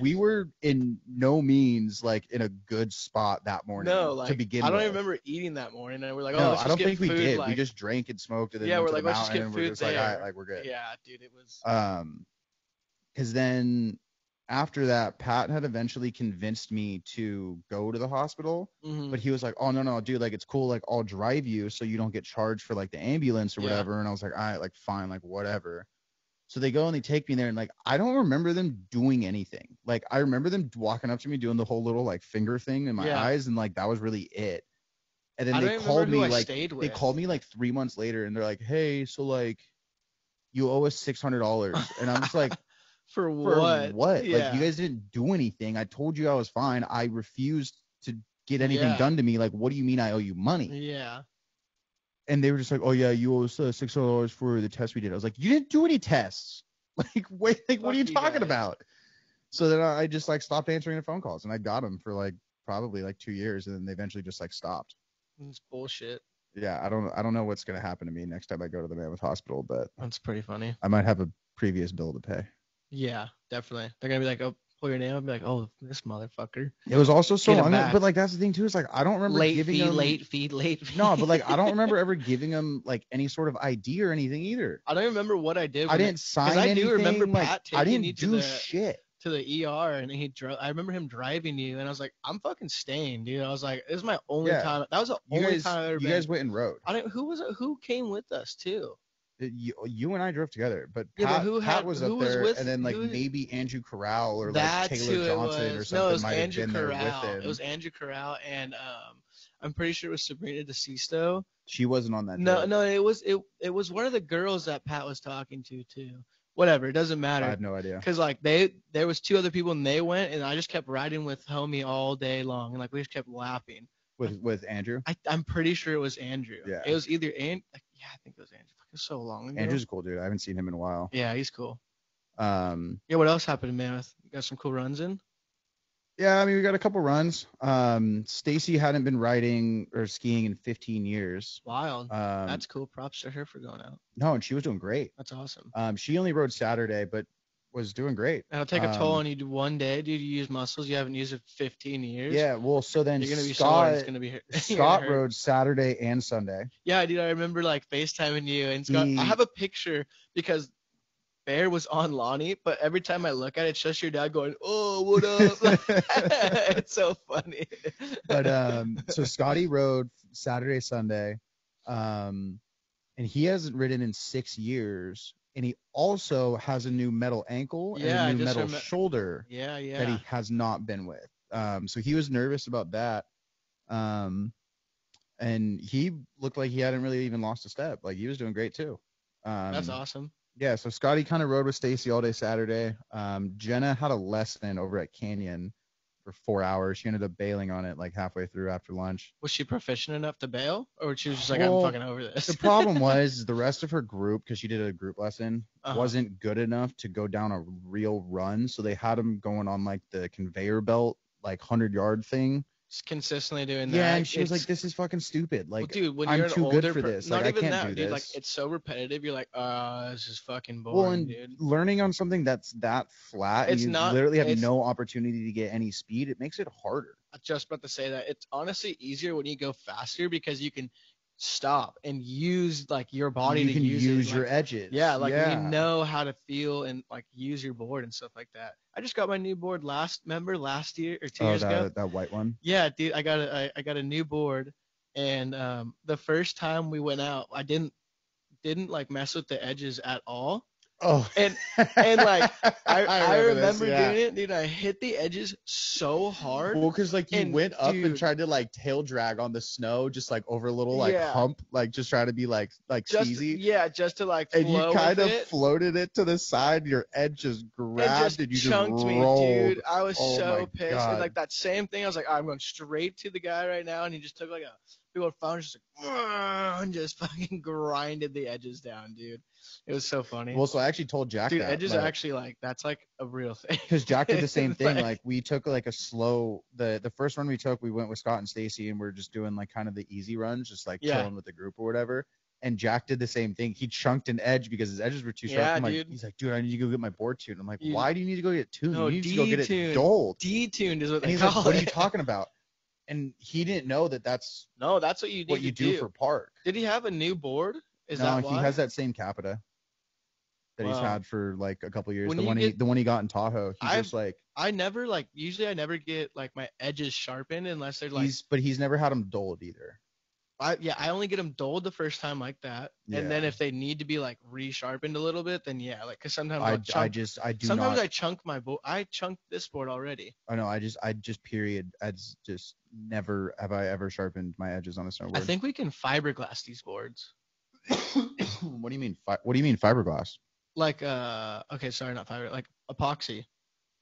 Speaker 1: we were in no means like in a good spot that morning.
Speaker 2: no, like
Speaker 1: to begin
Speaker 2: I don't
Speaker 1: with.
Speaker 2: even remember eating that morning. And we're like, oh,
Speaker 1: no,
Speaker 2: let's
Speaker 1: I
Speaker 2: just
Speaker 1: don't
Speaker 2: get
Speaker 1: think we
Speaker 2: food,
Speaker 1: did. we
Speaker 2: like-
Speaker 1: just drank and smoked, and then
Speaker 2: Yeah,
Speaker 1: went
Speaker 2: we're
Speaker 1: to
Speaker 2: like,
Speaker 1: the
Speaker 2: let's just
Speaker 1: mountain,
Speaker 2: get
Speaker 1: and we're
Speaker 2: food
Speaker 1: just like, all
Speaker 2: there.
Speaker 1: right, like we're good.
Speaker 2: yeah, dude, it was.
Speaker 1: Um, because then after that, Pat had eventually convinced me to go to the hospital.
Speaker 2: mhm.
Speaker 1: but he was like, "Oh no, no, dude, like it's cool, like I'll drive you so you don't get charged for like the ambulance or
Speaker 2: Yeah.
Speaker 1: whatever." And I was like, "All right, like fine, like whatever." So they go and they take me there, and like I don't remember them doing anything. Like I remember them walking up to me doing the whole little like finger thing in my
Speaker 2: Yeah.
Speaker 1: eyes, and like that was really it. And then
Speaker 2: I don't
Speaker 1: they
Speaker 2: even
Speaker 1: called
Speaker 2: remember
Speaker 1: me
Speaker 2: who I
Speaker 1: like
Speaker 2: stayed
Speaker 1: they
Speaker 2: with.
Speaker 1: called me like three months later, and they're like, "Hey, so like you owe us six hundred dollars, and I'm just like,
Speaker 2: For
Speaker 1: for
Speaker 2: what?
Speaker 1: what?
Speaker 2: Yeah.
Speaker 1: Like you guys didn't do anything. I told you I was fine. I refused to get anything
Speaker 2: Yeah.
Speaker 1: done to me. Like, what do you mean I owe you money?
Speaker 2: yeah.
Speaker 1: And they were just like, oh yeah, you owe us uh, six hundred dollars for the test we did. I was like, you didn't do any tests. Like, wait, like what
Speaker 2: Fuck
Speaker 1: are you
Speaker 2: you
Speaker 1: talking
Speaker 2: guys.
Speaker 1: about? So then I I just like stopped answering the phone calls, and I got them for like probably like two years, and then they eventually just like stopped.
Speaker 2: It's bullshit.
Speaker 1: Yeah, I don't, I don't know what's gonna happen to me next time I go to the Mammoth Hospital, but
Speaker 2: That's pretty funny.
Speaker 1: I might have a previous bill to pay.
Speaker 2: Yeah, definitely. They're gonna be like, oh, pull your name up, be like, oh, this motherfucker.
Speaker 1: It was also so
Speaker 2: Get 'em
Speaker 1: long,
Speaker 2: back.
Speaker 1: but like that's the thing too. Is like I don't remember
Speaker 2: Late
Speaker 1: giving
Speaker 2: fee,
Speaker 1: them-
Speaker 2: late fee, late fee.
Speaker 1: No, but like I don't remember ever giving them like any sort of ID or anything either.
Speaker 2: I don't remember what I did.
Speaker 1: I
Speaker 2: when it-
Speaker 1: didn't sign
Speaker 2: I do
Speaker 1: anything.
Speaker 2: remember
Speaker 1: like,
Speaker 2: Pat
Speaker 1: I
Speaker 2: taking
Speaker 1: didn't
Speaker 2: you to
Speaker 1: do
Speaker 2: the-
Speaker 1: shit.
Speaker 2: to the ER and he drove. I remember him driving you, and I was like, I'm fucking staying, dude. I was like, this is my only
Speaker 1: Yeah.
Speaker 2: time. That was the
Speaker 1: You
Speaker 2: only
Speaker 1: guys,
Speaker 2: time I ever
Speaker 1: you
Speaker 2: been.
Speaker 1: guys went and rode.
Speaker 2: I don't. Who was it? Who came with us too?
Speaker 1: You, you and I drove together, but Pat,
Speaker 2: Yeah, but who
Speaker 1: Pat
Speaker 2: had-
Speaker 1: was
Speaker 2: who
Speaker 1: up
Speaker 2: was
Speaker 1: there,
Speaker 2: with-
Speaker 1: and then like
Speaker 2: who-
Speaker 1: maybe Andrew Corral or like
Speaker 2: That's
Speaker 1: Taylor
Speaker 2: who it
Speaker 1: Johnson or
Speaker 2: was.
Speaker 1: something
Speaker 2: no, it was
Speaker 1: might
Speaker 2: Andrew
Speaker 1: have been
Speaker 2: Corral.
Speaker 1: there with him.
Speaker 2: It was Andrew Corral, and um, I'm pretty sure it was Sabrina DeSisto.
Speaker 1: she wasn't on that.
Speaker 2: No,
Speaker 1: trip.
Speaker 2: no, it was it it was one of the girls that Pat was talking to too. Whatever, it doesn't
Speaker 1: I
Speaker 2: matter.
Speaker 1: have no idea.
Speaker 2: Cause like they there was two other people and they went and I just kept riding with homie all day long and like we just kept laughing.
Speaker 1: With with Andrew,
Speaker 2: I I'm pretty sure it was Andrew.
Speaker 1: Yeah.
Speaker 2: It was either and like, yeah I think it was Andrew. Fuck, It was so long ago.
Speaker 1: Andrew's a cool dude. I haven't seen him in a while.
Speaker 2: yeah he's cool.
Speaker 1: Um,
Speaker 2: Yeah, what else happened in Mammoth? You got some cool runs in.
Speaker 1: Yeah, I mean we got a couple runs. Um, Stacy hadn't been riding or skiing in 15 years.
Speaker 2: Wild.
Speaker 1: Um,
Speaker 2: That's cool. Props to her for going out.
Speaker 1: no, and she was doing great.
Speaker 2: That's awesome.
Speaker 1: Um, she only rode Saturday, but was doing great.
Speaker 2: That'll take a toll
Speaker 1: um,
Speaker 2: on you one day, dude. You use muscles you haven't used in 15 years.
Speaker 1: Yeah, well, so then
Speaker 2: You're gonna be sore. and
Speaker 1: Scott
Speaker 2: It's gonna be hurt. You're gonna
Speaker 1: Scott
Speaker 2: hurt.
Speaker 1: rode Saturday and Sunday.
Speaker 2: Yeah, dude, I remember like FaceTiming you and Scott.
Speaker 1: He-
Speaker 2: I have a picture because Bear was on Lonnie, but every time I look at it, it's just your dad going, "Oh, what up?" it's so funny.
Speaker 1: but um, so Scotty rode Saturday, Sunday, um, and he hasn't ridden in six years, and he also has a new metal ankle and
Speaker 2: Yeah, I
Speaker 1: a new
Speaker 2: just
Speaker 1: metal
Speaker 2: remem-
Speaker 1: shoulder.
Speaker 2: yeah,
Speaker 1: that
Speaker 2: yeah.
Speaker 1: he has not been with. Um, so he was nervous about that. Um, and he looked like he hadn't really even lost a step. Like he was doing great too. Um,
Speaker 2: That's awesome.
Speaker 1: Yeah. So Scotty kind of rode with Stacy all day Saturday. Um, Jenna had a lesson over at Canyon for four hours. She ended up bailing on it like halfway through after lunch.
Speaker 2: Was she proficient enough to bail, or she was just like,
Speaker 1: Well,
Speaker 2: "I'm fucking over this."
Speaker 1: The problem was is the rest of her group, because she did a group lesson,
Speaker 2: Uh-huh.
Speaker 1: wasn't good enough to go down a real run. So they had them going on like the conveyor belt, like hundred yard thing.
Speaker 2: Just consistently doing that.
Speaker 1: yeah, and she was like,
Speaker 2: it's-
Speaker 1: "This is fucking stupid. Like,
Speaker 2: well, dude, when
Speaker 1: I'm
Speaker 2: you're an
Speaker 1: too
Speaker 2: older
Speaker 1: good for
Speaker 2: per-
Speaker 1: this.
Speaker 2: not
Speaker 1: Like, I
Speaker 2: even
Speaker 1: can't
Speaker 2: that,
Speaker 1: do
Speaker 2: dude. Like,
Speaker 1: this.
Speaker 2: it's so repetitive. You're like, "Uh, this is fucking boring,
Speaker 1: well, and
Speaker 2: dude."
Speaker 1: learning on something that's that flat, and
Speaker 2: It's
Speaker 1: you
Speaker 2: not-
Speaker 1: literally have
Speaker 2: it's-
Speaker 1: no opportunity to get any speed. It makes it harder.
Speaker 2: I was just about to say that it's honestly easier when you go faster because you can stop and use like your body
Speaker 1: you
Speaker 2: to
Speaker 1: can
Speaker 2: use,
Speaker 1: use,
Speaker 2: it,
Speaker 1: your
Speaker 2: like-
Speaker 1: edges.
Speaker 2: yeah like
Speaker 1: yeah.
Speaker 2: you know how to feel and like use your board and stuff like that i just got my new board last remember last year or two
Speaker 1: Oh,
Speaker 2: years ago
Speaker 1: that, that white one.
Speaker 2: yeah dude i got a I, I got a new board and um the first time we went out i didn't didn't like mess with the edges at all
Speaker 1: Oh,
Speaker 2: and and, like, i, I, remember,
Speaker 1: this, yeah.
Speaker 2: doing it dude i hit the edges so hard
Speaker 1: Well, because like you
Speaker 2: And,
Speaker 1: went up and
Speaker 2: dude-
Speaker 1: tried to like tail drag on the snow, just like over a little like
Speaker 2: Yeah.
Speaker 1: hump, like just try to be like like
Speaker 2: just
Speaker 1: cheesy.
Speaker 2: yeah just to like
Speaker 1: and
Speaker 2: flow
Speaker 1: you kind
Speaker 2: with
Speaker 1: of
Speaker 2: it.
Speaker 1: floated it to the side. Your edge just
Speaker 2: It
Speaker 1: grabbed, and you just
Speaker 2: chunked
Speaker 1: rolled.
Speaker 2: me, dude. I was
Speaker 1: Oh my
Speaker 2: so pissed.
Speaker 1: God.
Speaker 2: And like that same thing, I was like, I'm going straight to the guy right now, and he just took like a big old phone, just like, "Grrrr," and just fucking grinded the edges down, dude. It was so funny.
Speaker 1: Well, so I actually told Jack
Speaker 2: dude,
Speaker 1: that.
Speaker 2: edges
Speaker 1: like-
Speaker 2: are actually like that's like a real thing.
Speaker 1: because Jack did the same thing.
Speaker 2: Like-
Speaker 1: Like we took like a slow the the first run we took, we went with Scott and Stacy, and we are just doing like kind of the easy runs, just like
Speaker 2: Yeah.
Speaker 1: chilling with the group or whatever. And Jack did the same thing. He chunked an edge because his edges were too sharp.
Speaker 2: Yeah,
Speaker 1: I'm like,
Speaker 2: dude.
Speaker 1: He's like, dude, I need to go get my board tuned. I'm like,
Speaker 2: You-
Speaker 1: why do you need to go get tuned?
Speaker 2: No,
Speaker 1: you need to go get it
Speaker 2: detuned.
Speaker 1: doled.
Speaker 2: Detuned is what
Speaker 1: And
Speaker 2: they
Speaker 1: he's
Speaker 2: call
Speaker 1: like, what are you
Speaker 2: it.
Speaker 1: talking about? And he didn't know that that's
Speaker 2: no, that's what you need
Speaker 1: what you
Speaker 2: to do.
Speaker 1: do for park.
Speaker 2: Did he have a new board? Is
Speaker 1: no,
Speaker 2: that
Speaker 1: he
Speaker 2: why?
Speaker 1: has that same capita that he's
Speaker 2: Wow.
Speaker 1: had for like a couple years.
Speaker 2: When
Speaker 1: the
Speaker 2: you
Speaker 1: one he
Speaker 2: get-
Speaker 1: the one he got in Tahoe, he's
Speaker 2: I've-
Speaker 1: just like
Speaker 2: I never like usually I never get like my edges sharpened unless they're like
Speaker 1: he's but he's never had him doled either.
Speaker 2: I, yeah, I only get them doled the first time like that, and then
Speaker 1: Yeah.
Speaker 2: if they need to be like resharpened a little bit, then yeah, like because sometimes
Speaker 1: I,
Speaker 2: I'll
Speaker 1: I
Speaker 2: chunk,
Speaker 1: just I do
Speaker 2: sometimes
Speaker 1: not.
Speaker 2: I chunk my board. I chunked this board already.
Speaker 1: I know I just I just period. I just, just never have I ever sharpened my edges on a snowboard.
Speaker 2: I think we can fiberglass these boards.
Speaker 1: what do you mean? Fi- what do you mean fiberglass?
Speaker 2: Like uh, okay, sorry, not fiber, like epoxy,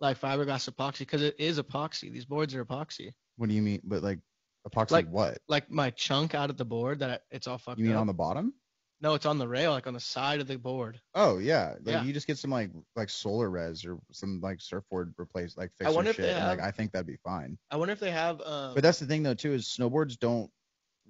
Speaker 2: like fiberglass epoxy, because it is epoxy. These boards are epoxy.
Speaker 1: What do you mean? But like epoxy,
Speaker 2: Like-
Speaker 1: what?
Speaker 2: Like my chunk out of the board that I, it's all fucked
Speaker 1: You mean
Speaker 2: up.
Speaker 1: on the bottom?
Speaker 2: no, it's on the rail, like on the side of the board.
Speaker 1: Oh yeah, like
Speaker 2: Yeah.
Speaker 1: you just get some like like solar res or some like surfboard replace like fixer
Speaker 2: wonder if
Speaker 1: shit.
Speaker 2: they
Speaker 1: and, like
Speaker 2: have-
Speaker 1: I think that'd be fine.
Speaker 2: I wonder if they have. Um,
Speaker 1: But that's the thing though too is snowboards don't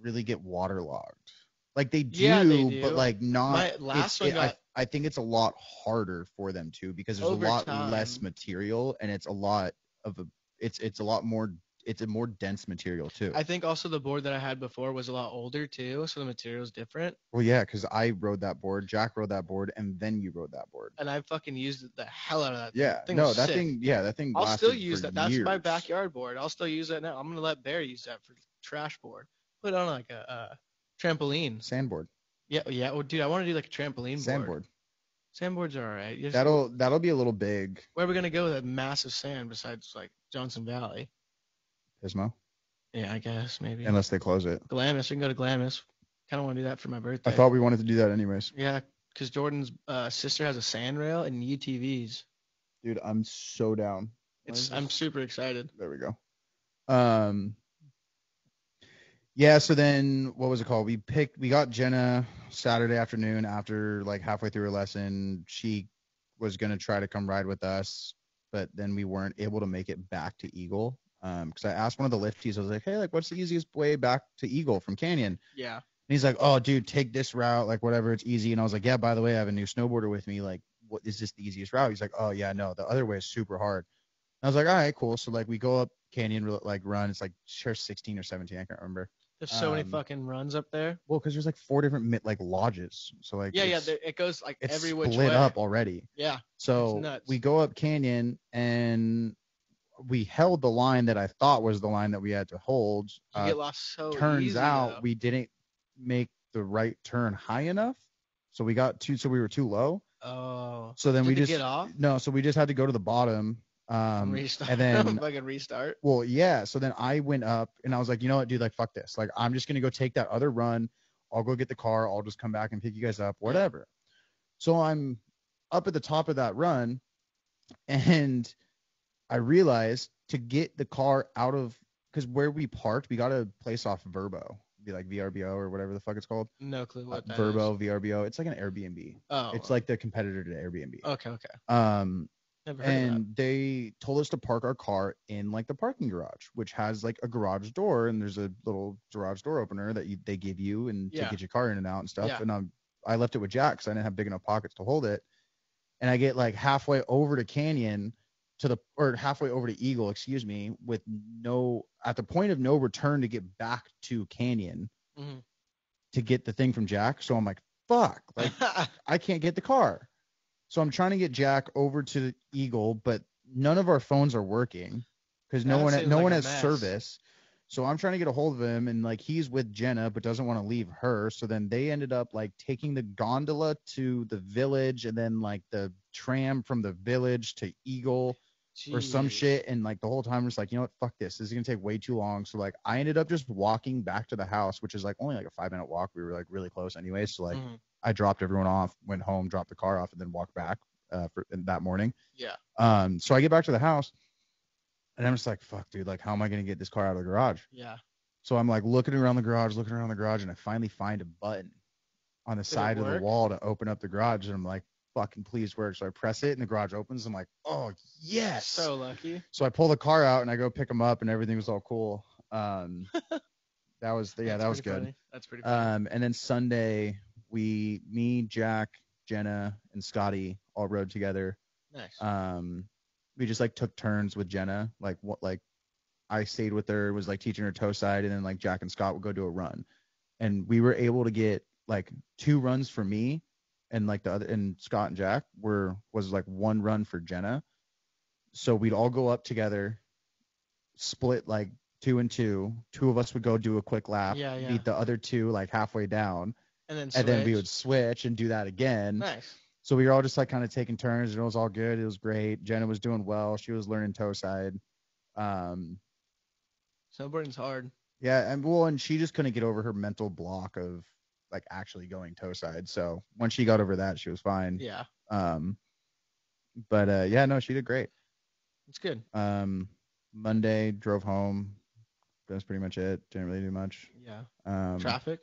Speaker 1: really get waterlogged. Like they do,
Speaker 2: Yeah, they
Speaker 1: but
Speaker 2: do.
Speaker 1: like not.
Speaker 2: My
Speaker 1: it's-
Speaker 2: last one
Speaker 1: it- I-
Speaker 2: got-
Speaker 1: I, think it's a lot harder for them too because there's
Speaker 2: Over
Speaker 1: a lot
Speaker 2: time.
Speaker 1: less material and it's a lot of a it's it's a lot more it's a more dense material too.
Speaker 2: I think also the board that I had before was a lot older too, so the material's different.
Speaker 1: well, yeah, because I rode that board, Jack rode that board, and then you rode that board.
Speaker 2: And I fucking used the hell out of that.
Speaker 1: Yeah,
Speaker 2: thing
Speaker 1: no,
Speaker 2: was
Speaker 1: that
Speaker 2: sick.
Speaker 1: thing, yeah, that thing.
Speaker 2: I'll still
Speaker 1: lasted
Speaker 2: use
Speaker 1: for
Speaker 2: that. That's my
Speaker 1: years.
Speaker 2: backyard board. I'll still use that now. I'm gonna let Bear use that for trash board. Put it on like a uh, trampoline.
Speaker 1: sandboard.
Speaker 2: Yeah, yeah. Well, dude, I want to do like a trampoline
Speaker 1: Sandboard.
Speaker 2: board. Sandboards are alright. You just-
Speaker 1: That'll that'll be a little big,
Speaker 2: Where are we gonna go with that massive sand besides like Johnson Valley?
Speaker 1: Pismo,
Speaker 2: Yeah, I guess maybe.
Speaker 1: unless they close it.
Speaker 2: Glamis. We can go to Glamis. Kind of want to do that for my birthday.
Speaker 1: I thought we wanted to do that anyways.
Speaker 2: Yeah, because Jordan's uh, sister has a sand rail and UTVs.
Speaker 1: Dude, I'm so down.
Speaker 2: It's
Speaker 1: Mine's
Speaker 2: I'm
Speaker 1: just-
Speaker 2: super excited.
Speaker 1: There we go. Um. Yeah, so then what was it called? We picked, we got Jenna Saturday afternoon after like halfway through her lesson. She was gonna try to come ride with us, but then we weren't able to make it back to Eagle. Um, because I asked one of the lifties, I was like, hey, like, what's the easiest way back to Eagle from Canyon?
Speaker 2: Yeah.
Speaker 1: And he's like, "Oh, dude, take this route, like whatever, it's easy." And I was like, "Yeah, by the way, I have a new snowboarder with me. Like, what is this the easiest route?" He's like, "Oh yeah, no, the other way is super hard." And I was like, "All right, cool." So like we go up canyon, re- like run. It's like sure 16 or 17, I can't remember.
Speaker 2: There's so many
Speaker 1: Um,
Speaker 2: fucking runs up there.
Speaker 1: Well, because there's like four different mi- like lodges, so like
Speaker 2: yeah, yeah.
Speaker 1: it's-
Speaker 2: There, it goes like
Speaker 1: it's
Speaker 2: every
Speaker 1: split
Speaker 2: which way.
Speaker 1: up already.
Speaker 2: Yeah.
Speaker 1: So
Speaker 2: nuts.
Speaker 1: we go up canyon and we held the line that I thought was the line that we had to hold.
Speaker 2: You
Speaker 1: Uh,
Speaker 2: get lost so
Speaker 1: turns
Speaker 2: Oh, easy,
Speaker 1: out
Speaker 2: though.
Speaker 1: we didn't make the right turn high enough so we got too so we were too low
Speaker 2: oh.
Speaker 1: so then
Speaker 2: Did
Speaker 1: we
Speaker 2: they
Speaker 1: just
Speaker 2: get off?
Speaker 1: no so we just had to go to the bottom um
Speaker 2: restart.
Speaker 1: and then
Speaker 2: fucking restart.
Speaker 1: well yeah so then i went up and i was like you know what dude like fuck this like i'm just gonna go take that other run i'll go get the car i'll just come back and pick you guys up whatever so i'm up at the top of that run and i realized to get the car out of because where we parked we got a place off verbo be like vrbo or whatever the fuck it's called
Speaker 2: No clue
Speaker 1: Uh,
Speaker 2: what that is.
Speaker 1: verbo vrbo it's like an airbnb
Speaker 2: Oh.
Speaker 1: it's like the competitor to airbnb
Speaker 2: Okay. Okay.
Speaker 1: um
Speaker 2: Never heard of that.
Speaker 1: and they told us to park our car in like the parking garage, which has like a garage door, and there's a little garage door opener that you, they give you and to
Speaker 2: Yeah.
Speaker 1: get your car in and out and stuff.
Speaker 2: Yeah.
Speaker 1: And um, I left it with Jack because I didn't have big enough pockets to hold it. And I get like halfway over to Canyon, to the or halfway over to Eagle, excuse me, with no at the point of no return to get back to Canyon
Speaker 2: Mhm.
Speaker 1: to get the thing from Jack. So I'm like, fuck, like I can't get the car. So I'm trying to get Jack over to the Eagle, but none of our phones are working because no
Speaker 2: That
Speaker 1: one
Speaker 2: seems
Speaker 1: no
Speaker 2: like
Speaker 1: one
Speaker 2: a
Speaker 1: has
Speaker 2: mess.
Speaker 1: service. So I'm trying to get a hold of him, and like he's with Jenna, but doesn't want to leave her. So then they ended up like taking the gondola to the village, and then like the tram from the village to Eagle or some
Speaker 2: Jeez.
Speaker 1: shit. And like the whole time, we're just like, you know what, fuck this. This is gonna take way too long. So like I ended up just walking back to the house, which is like only like a five minute walk. We were like really close anyway. So like
Speaker 2: Mhm.
Speaker 1: I dropped everyone off, went home, dropped the car off, and then walked back uh, for that morning.
Speaker 2: Yeah.
Speaker 1: Um, so I get back to the house, and I'm just like, "Fuck, dude! Like, how am I gonna get this car out of the garage?"
Speaker 2: Yeah.
Speaker 1: So I'm like looking around the garage, looking around the garage, and I finally find a button on the
Speaker 2: it
Speaker 1: side of the
Speaker 2: work?
Speaker 1: wall to open up the garage, and I'm like, "Fucking please work!" So I press it, and the garage opens. I'm like, "Oh yes!"
Speaker 2: So lucky.
Speaker 1: So I pull the car out, and I go pick them up, and everything was all cool. Um, that was yeah,
Speaker 2: That's
Speaker 1: that was
Speaker 2: pretty
Speaker 1: good.
Speaker 2: funny. That's pretty. Funny.
Speaker 1: Um, and then Sunday, we, me, Jack, Jenna, and Scotty all rode together.
Speaker 2: nice.
Speaker 1: Um, we just like took turns with Jenna. Like what, like I stayed with her, was like teaching her toe side, and then like Jack and Scott would go do a run, and we were able to get like two runs for me, and like the other and Scott and Jack were was like one run for Jenna. So we'd all go up together, split like two and two. Two of us would go do a quick lap,
Speaker 2: Yeah, yeah.
Speaker 1: meet the other two like halfway down,
Speaker 2: and then.
Speaker 1: and then we
Speaker 2: switch.
Speaker 1: would switch and do that again.
Speaker 2: Nice.
Speaker 1: So we were all just like kind of taking turns, and it was all good. It was great. Jenna was doing well. She was learning toe side. Um,
Speaker 2: Snowboarding's hard.
Speaker 1: yeah, and well, and she just couldn't get over her mental block of like actually going toe side. So once she got over that, she was fine.
Speaker 2: Yeah,
Speaker 1: Um, but uh, yeah, no, she did great.
Speaker 2: it's good.
Speaker 1: Um, Monday drove home. That's pretty much it. Didn't really do much.
Speaker 2: Yeah.
Speaker 1: Um,
Speaker 2: Traffic.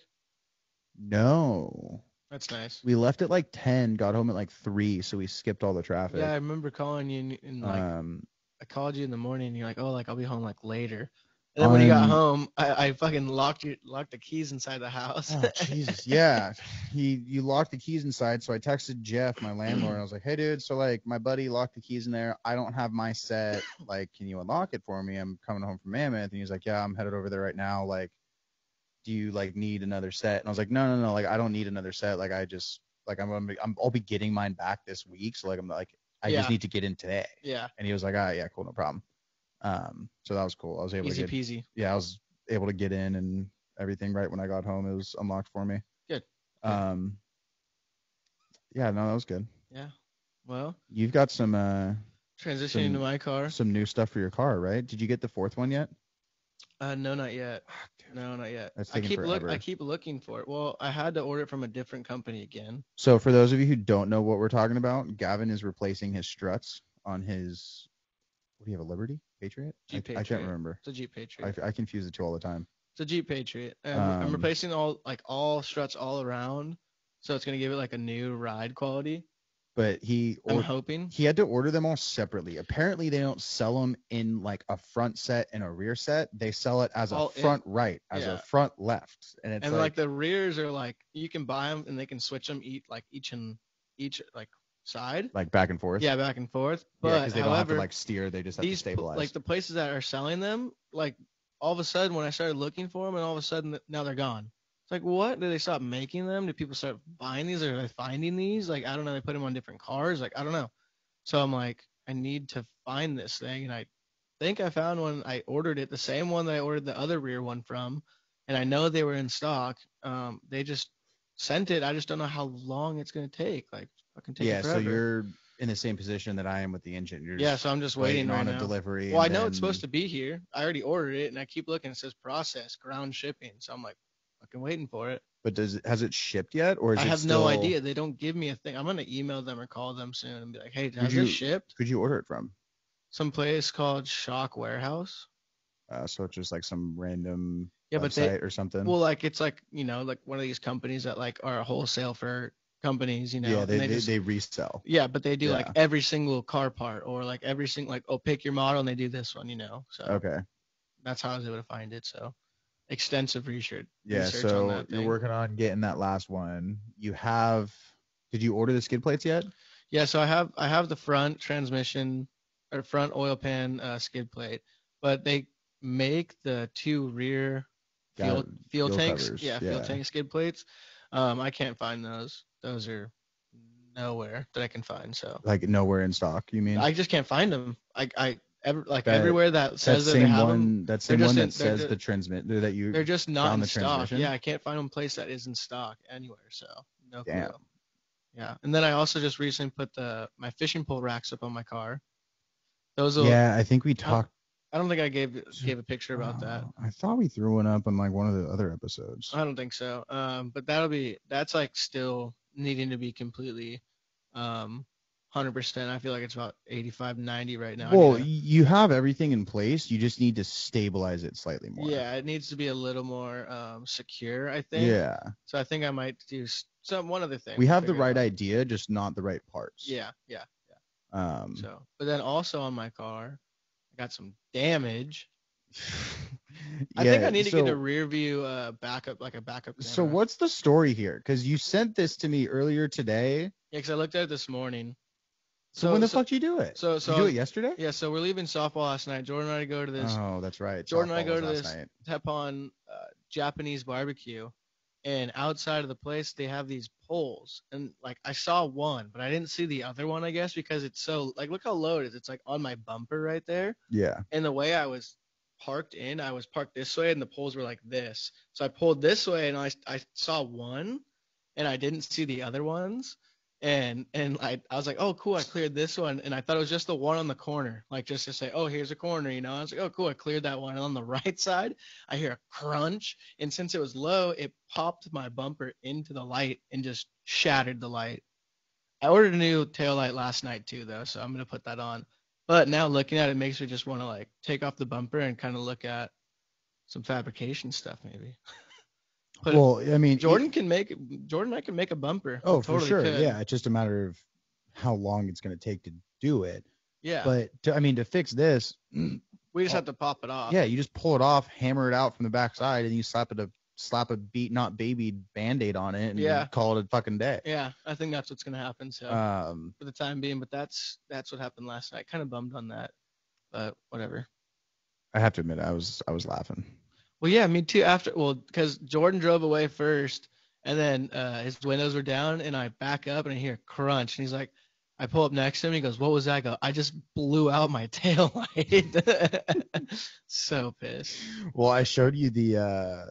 Speaker 1: no,
Speaker 2: That's nice.
Speaker 1: we left at like ten, got home at like three, so we skipped all the traffic.
Speaker 2: Yeah, I remember calling you and, and like
Speaker 1: um,
Speaker 2: I called you in the morning. and You're like, oh, like I'll be home like later. And then when you got
Speaker 1: I'm-
Speaker 2: home, I, I fucking locked you locked the keys inside the house.
Speaker 1: Oh, Jesus. Yeah. He you locked the keys inside. So I texted Jeff, my landlord, and I was like, Hey dude, so like my buddy locked the keys in there. I don't have my set. Like, can you unlock it for me? I'm coming home from Mammoth. And he's like, Yeah, I'm headed over there right now. Like, do you like need another set? And I was like, No, no, no, like I don't need another set. Like I just like I'm gonna be, I'm I'll be getting mine back this week. So like I'm like I
Speaker 2: Yeah.
Speaker 1: just need to get in today.
Speaker 2: yeah,
Speaker 1: And he was like, Ah, yeah, cool, no problem. Um, so that was cool. I was able
Speaker 2: easy
Speaker 1: to get
Speaker 2: peasy.
Speaker 1: yeah, I was able to get in and everything right when I got home. It was unlocked for me.
Speaker 2: Good. Good.
Speaker 1: Um. Yeah, no, that was good.
Speaker 2: Yeah. Well,
Speaker 1: You've got some uh
Speaker 2: transitioning
Speaker 1: Some-
Speaker 2: to my car.
Speaker 1: some new stuff for your car, right? Did you get the fourth one yet?
Speaker 2: Uh, no, not yet. No, not yet.
Speaker 1: That's
Speaker 2: I
Speaker 1: taking
Speaker 2: keep look. I
Speaker 1: forever.
Speaker 2: keep looking for it. Well, I had to order it from a different company again.
Speaker 1: So for those of you who don't know what we're talking about, Gavin is replacing his struts on his. What do you have? A Liberty Patriot? I,
Speaker 2: Jeep
Speaker 1: I can't
Speaker 2: Patriot.
Speaker 1: remember.
Speaker 2: It's a Jeep Patriot.
Speaker 1: I, I confuse the two all the time.
Speaker 2: It's a Jeep Patriot. Um, I'm
Speaker 1: Um,
Speaker 2: replacing all like all struts all around, so it's gonna give it like a new ride quality.
Speaker 1: But he
Speaker 2: I'm
Speaker 1: or-
Speaker 2: hoping.
Speaker 1: he had to order them all separately. Apparently, they don't sell them in like a front set and a rear set. They sell it as a
Speaker 2: All in.
Speaker 1: front right, as
Speaker 2: Yeah.
Speaker 1: a front left, and it's
Speaker 2: And like,
Speaker 1: like,
Speaker 2: the rears are like you can buy them and they can switch them each like each and each like side.
Speaker 1: like back and forth.
Speaker 2: Yeah, back and forth.
Speaker 1: yeah,
Speaker 2: But
Speaker 1: because they don't have
Speaker 2: however,
Speaker 1: to like steer; they just have
Speaker 2: these
Speaker 1: to
Speaker 2: pl-
Speaker 1: stabilize.
Speaker 2: like the places that are selling them, like all of a sudden when I started looking for them, and all of a sudden th- now they're gone. It's like what? Did they stop making them? Did people start buying these? Are they finding these? Like I don't know. They put them on different cars. Like I don't know. So I'm like, I need to find this thing, and I think I found one. I ordered it, the same one that I ordered the other rear one from, and I know they were in stock. Um, they just sent it. I just don't know how long it's gonna take. Like fucking take
Speaker 1: yeah,
Speaker 2: it forever.
Speaker 1: so you're in the same position that I am with the engine. You're
Speaker 2: yeah,
Speaker 1: just
Speaker 2: so I'm just waiting, right
Speaker 1: on
Speaker 2: now.
Speaker 1: a delivery.
Speaker 2: Well, I
Speaker 1: and
Speaker 2: know it's
Speaker 1: then-
Speaker 2: supposed to be here. I already ordered it, and I keep looking. It says process ground shipping, so I'm like, fucking waiting for it.
Speaker 1: But does it, has it shipped yet, or is
Speaker 2: I
Speaker 1: it
Speaker 2: have
Speaker 1: still-
Speaker 2: no idea. They don't give me a thing. I'm gonna email them or call them soon and be like, hey, has
Speaker 1: you-
Speaker 2: this shipped?
Speaker 1: Could you order it from?
Speaker 2: Some place called Shock Warehouse.
Speaker 1: Uh, so it's just like some random
Speaker 2: Yeah,
Speaker 1: website
Speaker 2: but they
Speaker 1: or something.
Speaker 2: well, like it's like you know, like one of these companies that like are a wholesale for companies, you know.
Speaker 1: yeah,
Speaker 2: and
Speaker 1: they they,
Speaker 2: just-
Speaker 1: they resell.
Speaker 2: yeah, but they do like
Speaker 1: Yeah.
Speaker 2: every single car part or like every single like oh pick your model and they do this one, you know. So
Speaker 1: Okay.
Speaker 2: that's how I was able to find it. So extensive research.
Speaker 1: Yeah,
Speaker 2: research on
Speaker 1: so
Speaker 2: that
Speaker 1: you're
Speaker 2: thing.
Speaker 1: working on getting that last one. You have did you order the skid plates yet?
Speaker 2: Yeah, so I have I have the front transmission or front oil pan uh, skid plate, but they make the two rear fuel
Speaker 1: Got
Speaker 2: fuel,
Speaker 1: fuel
Speaker 2: tanks.
Speaker 1: covers,
Speaker 2: Yeah, fuel
Speaker 1: yeah.
Speaker 2: tank skid plates. Um, I can't find those. Those are nowhere that I can find. So
Speaker 1: Like nowhere in stock, you mean?
Speaker 2: I just can't find them. I I ever, like
Speaker 1: That-
Speaker 2: everywhere that
Speaker 1: that
Speaker 2: says that, they
Speaker 1: same
Speaker 2: have them,
Speaker 1: one that same
Speaker 2: just
Speaker 1: one
Speaker 2: in-
Speaker 1: that
Speaker 2: they're
Speaker 1: says
Speaker 2: ju-
Speaker 1: the transmit that you
Speaker 2: they're just not
Speaker 1: found
Speaker 2: in
Speaker 1: the
Speaker 2: stock.
Speaker 1: transmission?
Speaker 2: Yeah, I can't find a place that is in stock anywhere. So no
Speaker 1: Damn.
Speaker 2: clue. Yeah, and then I also just recently put the my fishing pole racks up on my car. Those will.
Speaker 1: Yeah, I think we talked
Speaker 2: I don't think I gave gave a picture about that.
Speaker 1: Oh, I thought we threw one up on like one of the other episodes.
Speaker 2: I don't think so. Um, but that'll be that's like still needing to be completely, um, hundred percent. I feel like it's about 85, 90 right now. I
Speaker 1: well,
Speaker 2: gotta-
Speaker 1: you have everything in place. You just need to stabilize it slightly more.
Speaker 2: yeah, it needs to be a little more um secure. I think.
Speaker 1: Yeah.
Speaker 2: So I think I might do s- some one other thing.
Speaker 1: We have the
Speaker 2: figure it
Speaker 1: right
Speaker 2: out.
Speaker 1: idea, just not the right parts.
Speaker 2: Yeah, yeah.
Speaker 1: Um
Speaker 2: So, but then also on my car, I got some damage. I think
Speaker 1: yeah,
Speaker 2: I need to
Speaker 1: so-
Speaker 2: get a rear view uh, backup, like a backup. Camera.
Speaker 1: So what's the story here? Because you sent this to me earlier today.
Speaker 2: Yeah, 'cause I looked at it this morning.
Speaker 1: So,
Speaker 2: So-
Speaker 1: when the
Speaker 2: so-
Speaker 1: fuck did you do it?
Speaker 2: So,
Speaker 1: Did
Speaker 2: so
Speaker 1: you do it yesterday?
Speaker 2: yeah. So we're leaving softball last night. Jordan and I go to this
Speaker 1: Oh, that's right.
Speaker 2: Jordan and I
Speaker 1: Softball
Speaker 2: go
Speaker 1: was
Speaker 2: to
Speaker 1: last
Speaker 2: this-
Speaker 1: night.
Speaker 2: Teppan uh, Japanese barbecue, and outside of the place they have these poles, and like I saw one, but I didn't see the other one. I guess because it's so like look how low it is. It's like on my bumper right there.
Speaker 1: Yeah.
Speaker 2: and the way I was parked in, I was parked this way, and the poles were like this. So I pulled this way, and I I saw one, and I didn't see the other ones. and and I, I was like, oh cool, I cleared this one, and I thought it was just the one on the corner, like just to say, oh here's a corner, you know. I was like, oh cool, I cleared that one. And on the right side, I hear a crunch, and since it was low, it popped my bumper into the light and just shattered the light. I ordered a new tail light last night too, though, so I'm gonna put that on. But now looking at it makes me just want to like take off the bumper and kind of look at some fabrication stuff maybe. But if
Speaker 1: well, I mean,
Speaker 2: Jordan can make Jordan and I can make a bumper.
Speaker 1: Oh,
Speaker 2: We
Speaker 1: for sure.
Speaker 2: could.
Speaker 1: Yeah, it's just a matter of how long it's going to take to do it.
Speaker 2: Yeah.
Speaker 1: But uh, to, I mean, to fix this,
Speaker 2: we just have to pop it off.
Speaker 3: Yeah, you just pull it off, hammer it out from the backside, and you slap it a slap a beat not babied band aid on it and
Speaker 2: Yeah.
Speaker 3: call it a fucking day.
Speaker 2: Yeah, I think that's what's gonna happen. So
Speaker 1: Uh,
Speaker 3: Um
Speaker 2: for the time being, but that's that's what happened last night. Kind of bummed on that, but whatever.
Speaker 3: I have to admit I was I was laughing.
Speaker 2: Well, yeah, me too. After well, because Jordan drove away first, and then uh, his windows were down, and I back up and I hear a crunch, and he's like, I pull up next to him, he goes, "What was that?" I go, I just blew out my tail light. so pissed.
Speaker 1: well, I showed you the uh,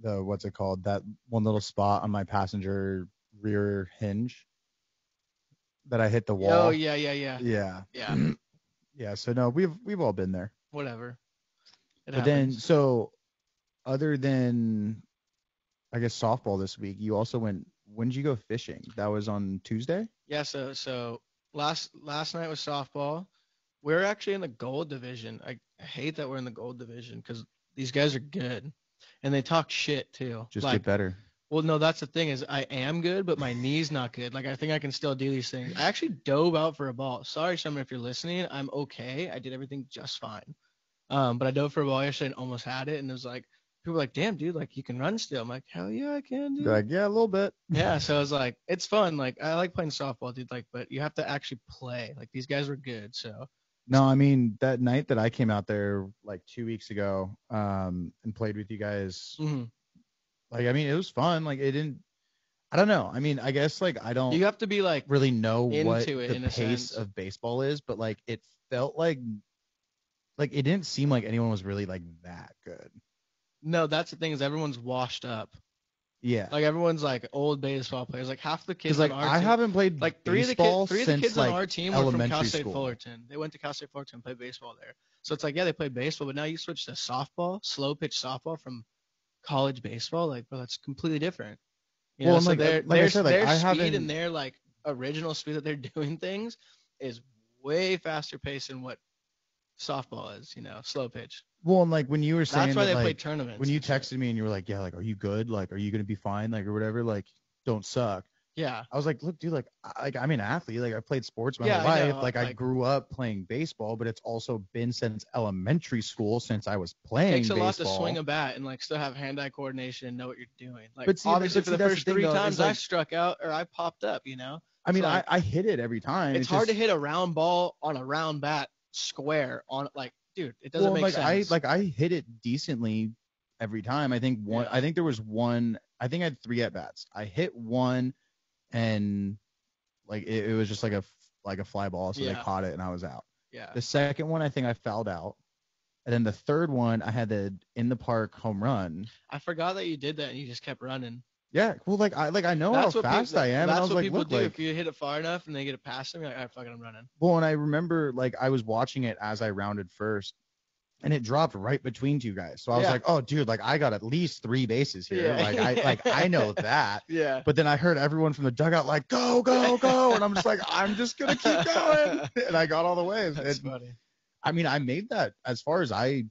Speaker 1: the what's it called? That one little spot on my passenger rear hinge that I hit the wall.
Speaker 2: Oh yeah, yeah, yeah,
Speaker 1: yeah.
Speaker 2: yeah.
Speaker 1: Yeah, so no, we've we've all been there.
Speaker 2: Whatever. It
Speaker 1: but then
Speaker 2: happens.
Speaker 1: so other than I guess softball this week, you also went when did you go fishing? That was on Tuesday?
Speaker 2: Yeah, so so last last night was softball. We're actually in the gold division. I, I hate that we're in the gold division because these guys are good, and they talk shit too.
Speaker 3: Just
Speaker 2: like,
Speaker 3: get better.
Speaker 2: well, no, that's the thing is I am good, but my knee's not good. Like I think I can still do these things. I actually dove out for a ball. Sorry, Summer, if you're listening, I'm okay. I did everything just fine. Um, but I dove for a ball yesterday and almost had it, and it was like people were like, "Damn, dude, like you can run still." I'm like, "Hell yeah, I can." Dude.
Speaker 1: You're like, yeah, a little bit.
Speaker 2: Yeah, so it's like it's fun. Like I like playing softball, dude. Like, but you have to actually play. Like these guys were good, so
Speaker 1: No, I mean that night that I came out there like two weeks ago, um, and played with you guys. Like, I mean, it was fun. Like, it didn't. I don't know. I mean, I guess like I don't
Speaker 2: you have to be like,
Speaker 1: really know what
Speaker 2: into it
Speaker 1: the
Speaker 2: in a
Speaker 1: pace
Speaker 2: sense.
Speaker 1: of baseball is, but like it felt like like it didn't seem like anyone was really like that good.
Speaker 2: no, that's the thing is everyone's washed up.
Speaker 1: Yeah,
Speaker 2: Like everyone's like old baseball players. Like half the kids
Speaker 1: because like
Speaker 2: on our
Speaker 1: I
Speaker 2: team,
Speaker 1: haven't played
Speaker 2: like three of the
Speaker 1: baseball
Speaker 2: kids, three of the
Speaker 1: since
Speaker 2: kids
Speaker 1: like
Speaker 2: on our team were from Cal
Speaker 1: elementary
Speaker 2: State
Speaker 1: school.
Speaker 2: Fullerton. They went to Cal State Fullerton and played baseball there. So it's like yeah, they played baseball, but now you switch to softball, slow pitch softball from college baseball. Like, bro, that's completely different. You
Speaker 1: Well,
Speaker 2: know,
Speaker 1: and
Speaker 2: so
Speaker 1: like-
Speaker 2: their,
Speaker 1: like I
Speaker 2: their,
Speaker 1: said, like,
Speaker 2: their
Speaker 1: I
Speaker 2: speed
Speaker 1: haven't-
Speaker 2: and their like original speed that they're doing things is way faster paced than what softball is. You know, slow pitch.
Speaker 1: Well, and like when you were saying
Speaker 2: That's why
Speaker 1: that,
Speaker 2: they play
Speaker 1: like,
Speaker 2: tournaments.
Speaker 1: when you
Speaker 2: and shit.
Speaker 1: texted me and you were like, yeah, like are you good? Like are you gonna be fine? Like or whatever. Like don't suck.
Speaker 2: yeah,
Speaker 1: I was like, look, dude, like, I, like I'm an athlete. Like I played sports my
Speaker 2: Yeah,
Speaker 1: whole
Speaker 2: I
Speaker 1: life.
Speaker 2: know,
Speaker 1: Like, I
Speaker 2: like-
Speaker 1: grew up playing baseball, but it's also been since elementary school since I was playing
Speaker 2: takes a
Speaker 1: baseball.
Speaker 2: lot to swing a bat and like still have hand-eye coordination and know what you're doing. Like
Speaker 1: But see,
Speaker 2: obviously
Speaker 1: but
Speaker 2: for
Speaker 1: see,
Speaker 2: the
Speaker 1: that's
Speaker 2: first
Speaker 1: the thing,
Speaker 2: three
Speaker 1: though, is,
Speaker 2: times I
Speaker 1: like-
Speaker 2: struck out or I popped up, you know.
Speaker 1: I mean,
Speaker 2: like-
Speaker 1: I, I hit it every time.
Speaker 2: It's, hard
Speaker 1: just-
Speaker 2: to hit a round ball on a round bat square on like dude, it doesn't
Speaker 1: well,
Speaker 2: make
Speaker 1: like
Speaker 2: sense.
Speaker 1: I like I hit it decently every time. I think one.
Speaker 2: Yeah.
Speaker 1: I think there was one. I think I had three at bats. I hit one, and like it, it was just like a f- like a fly ball, so they
Speaker 2: Yeah.
Speaker 1: caught it and I was out.
Speaker 2: yeah.
Speaker 1: The second one, I think I fouled out, and then the third one, I had the in the park home run.
Speaker 2: I forgot that you did that and you just kept running.
Speaker 1: Yeah, well, like I like I know how
Speaker 2: that's what
Speaker 1: fast
Speaker 2: people,
Speaker 1: I am, and
Speaker 2: That's
Speaker 1: I was
Speaker 2: what
Speaker 1: like,
Speaker 2: people
Speaker 1: look,
Speaker 2: do.
Speaker 1: like,
Speaker 2: if you hit it far enough and they get it past them, you're like, all right, fuck it, I'm running.
Speaker 1: well, and I remember like I was watching it as I rounded first, and it dropped right between two guys. So I was
Speaker 2: Yeah.
Speaker 1: like, oh, dude, like I got at least three bases here.
Speaker 2: Yeah.
Speaker 1: Like I like I know that.
Speaker 2: Yeah.
Speaker 1: But then I heard everyone from the dugout like, go, go, go, and I'm just like, I'm just gonna keep going, and I got all the way.
Speaker 2: That's
Speaker 1: And-
Speaker 2: funny.
Speaker 1: I mean, I made that as far as I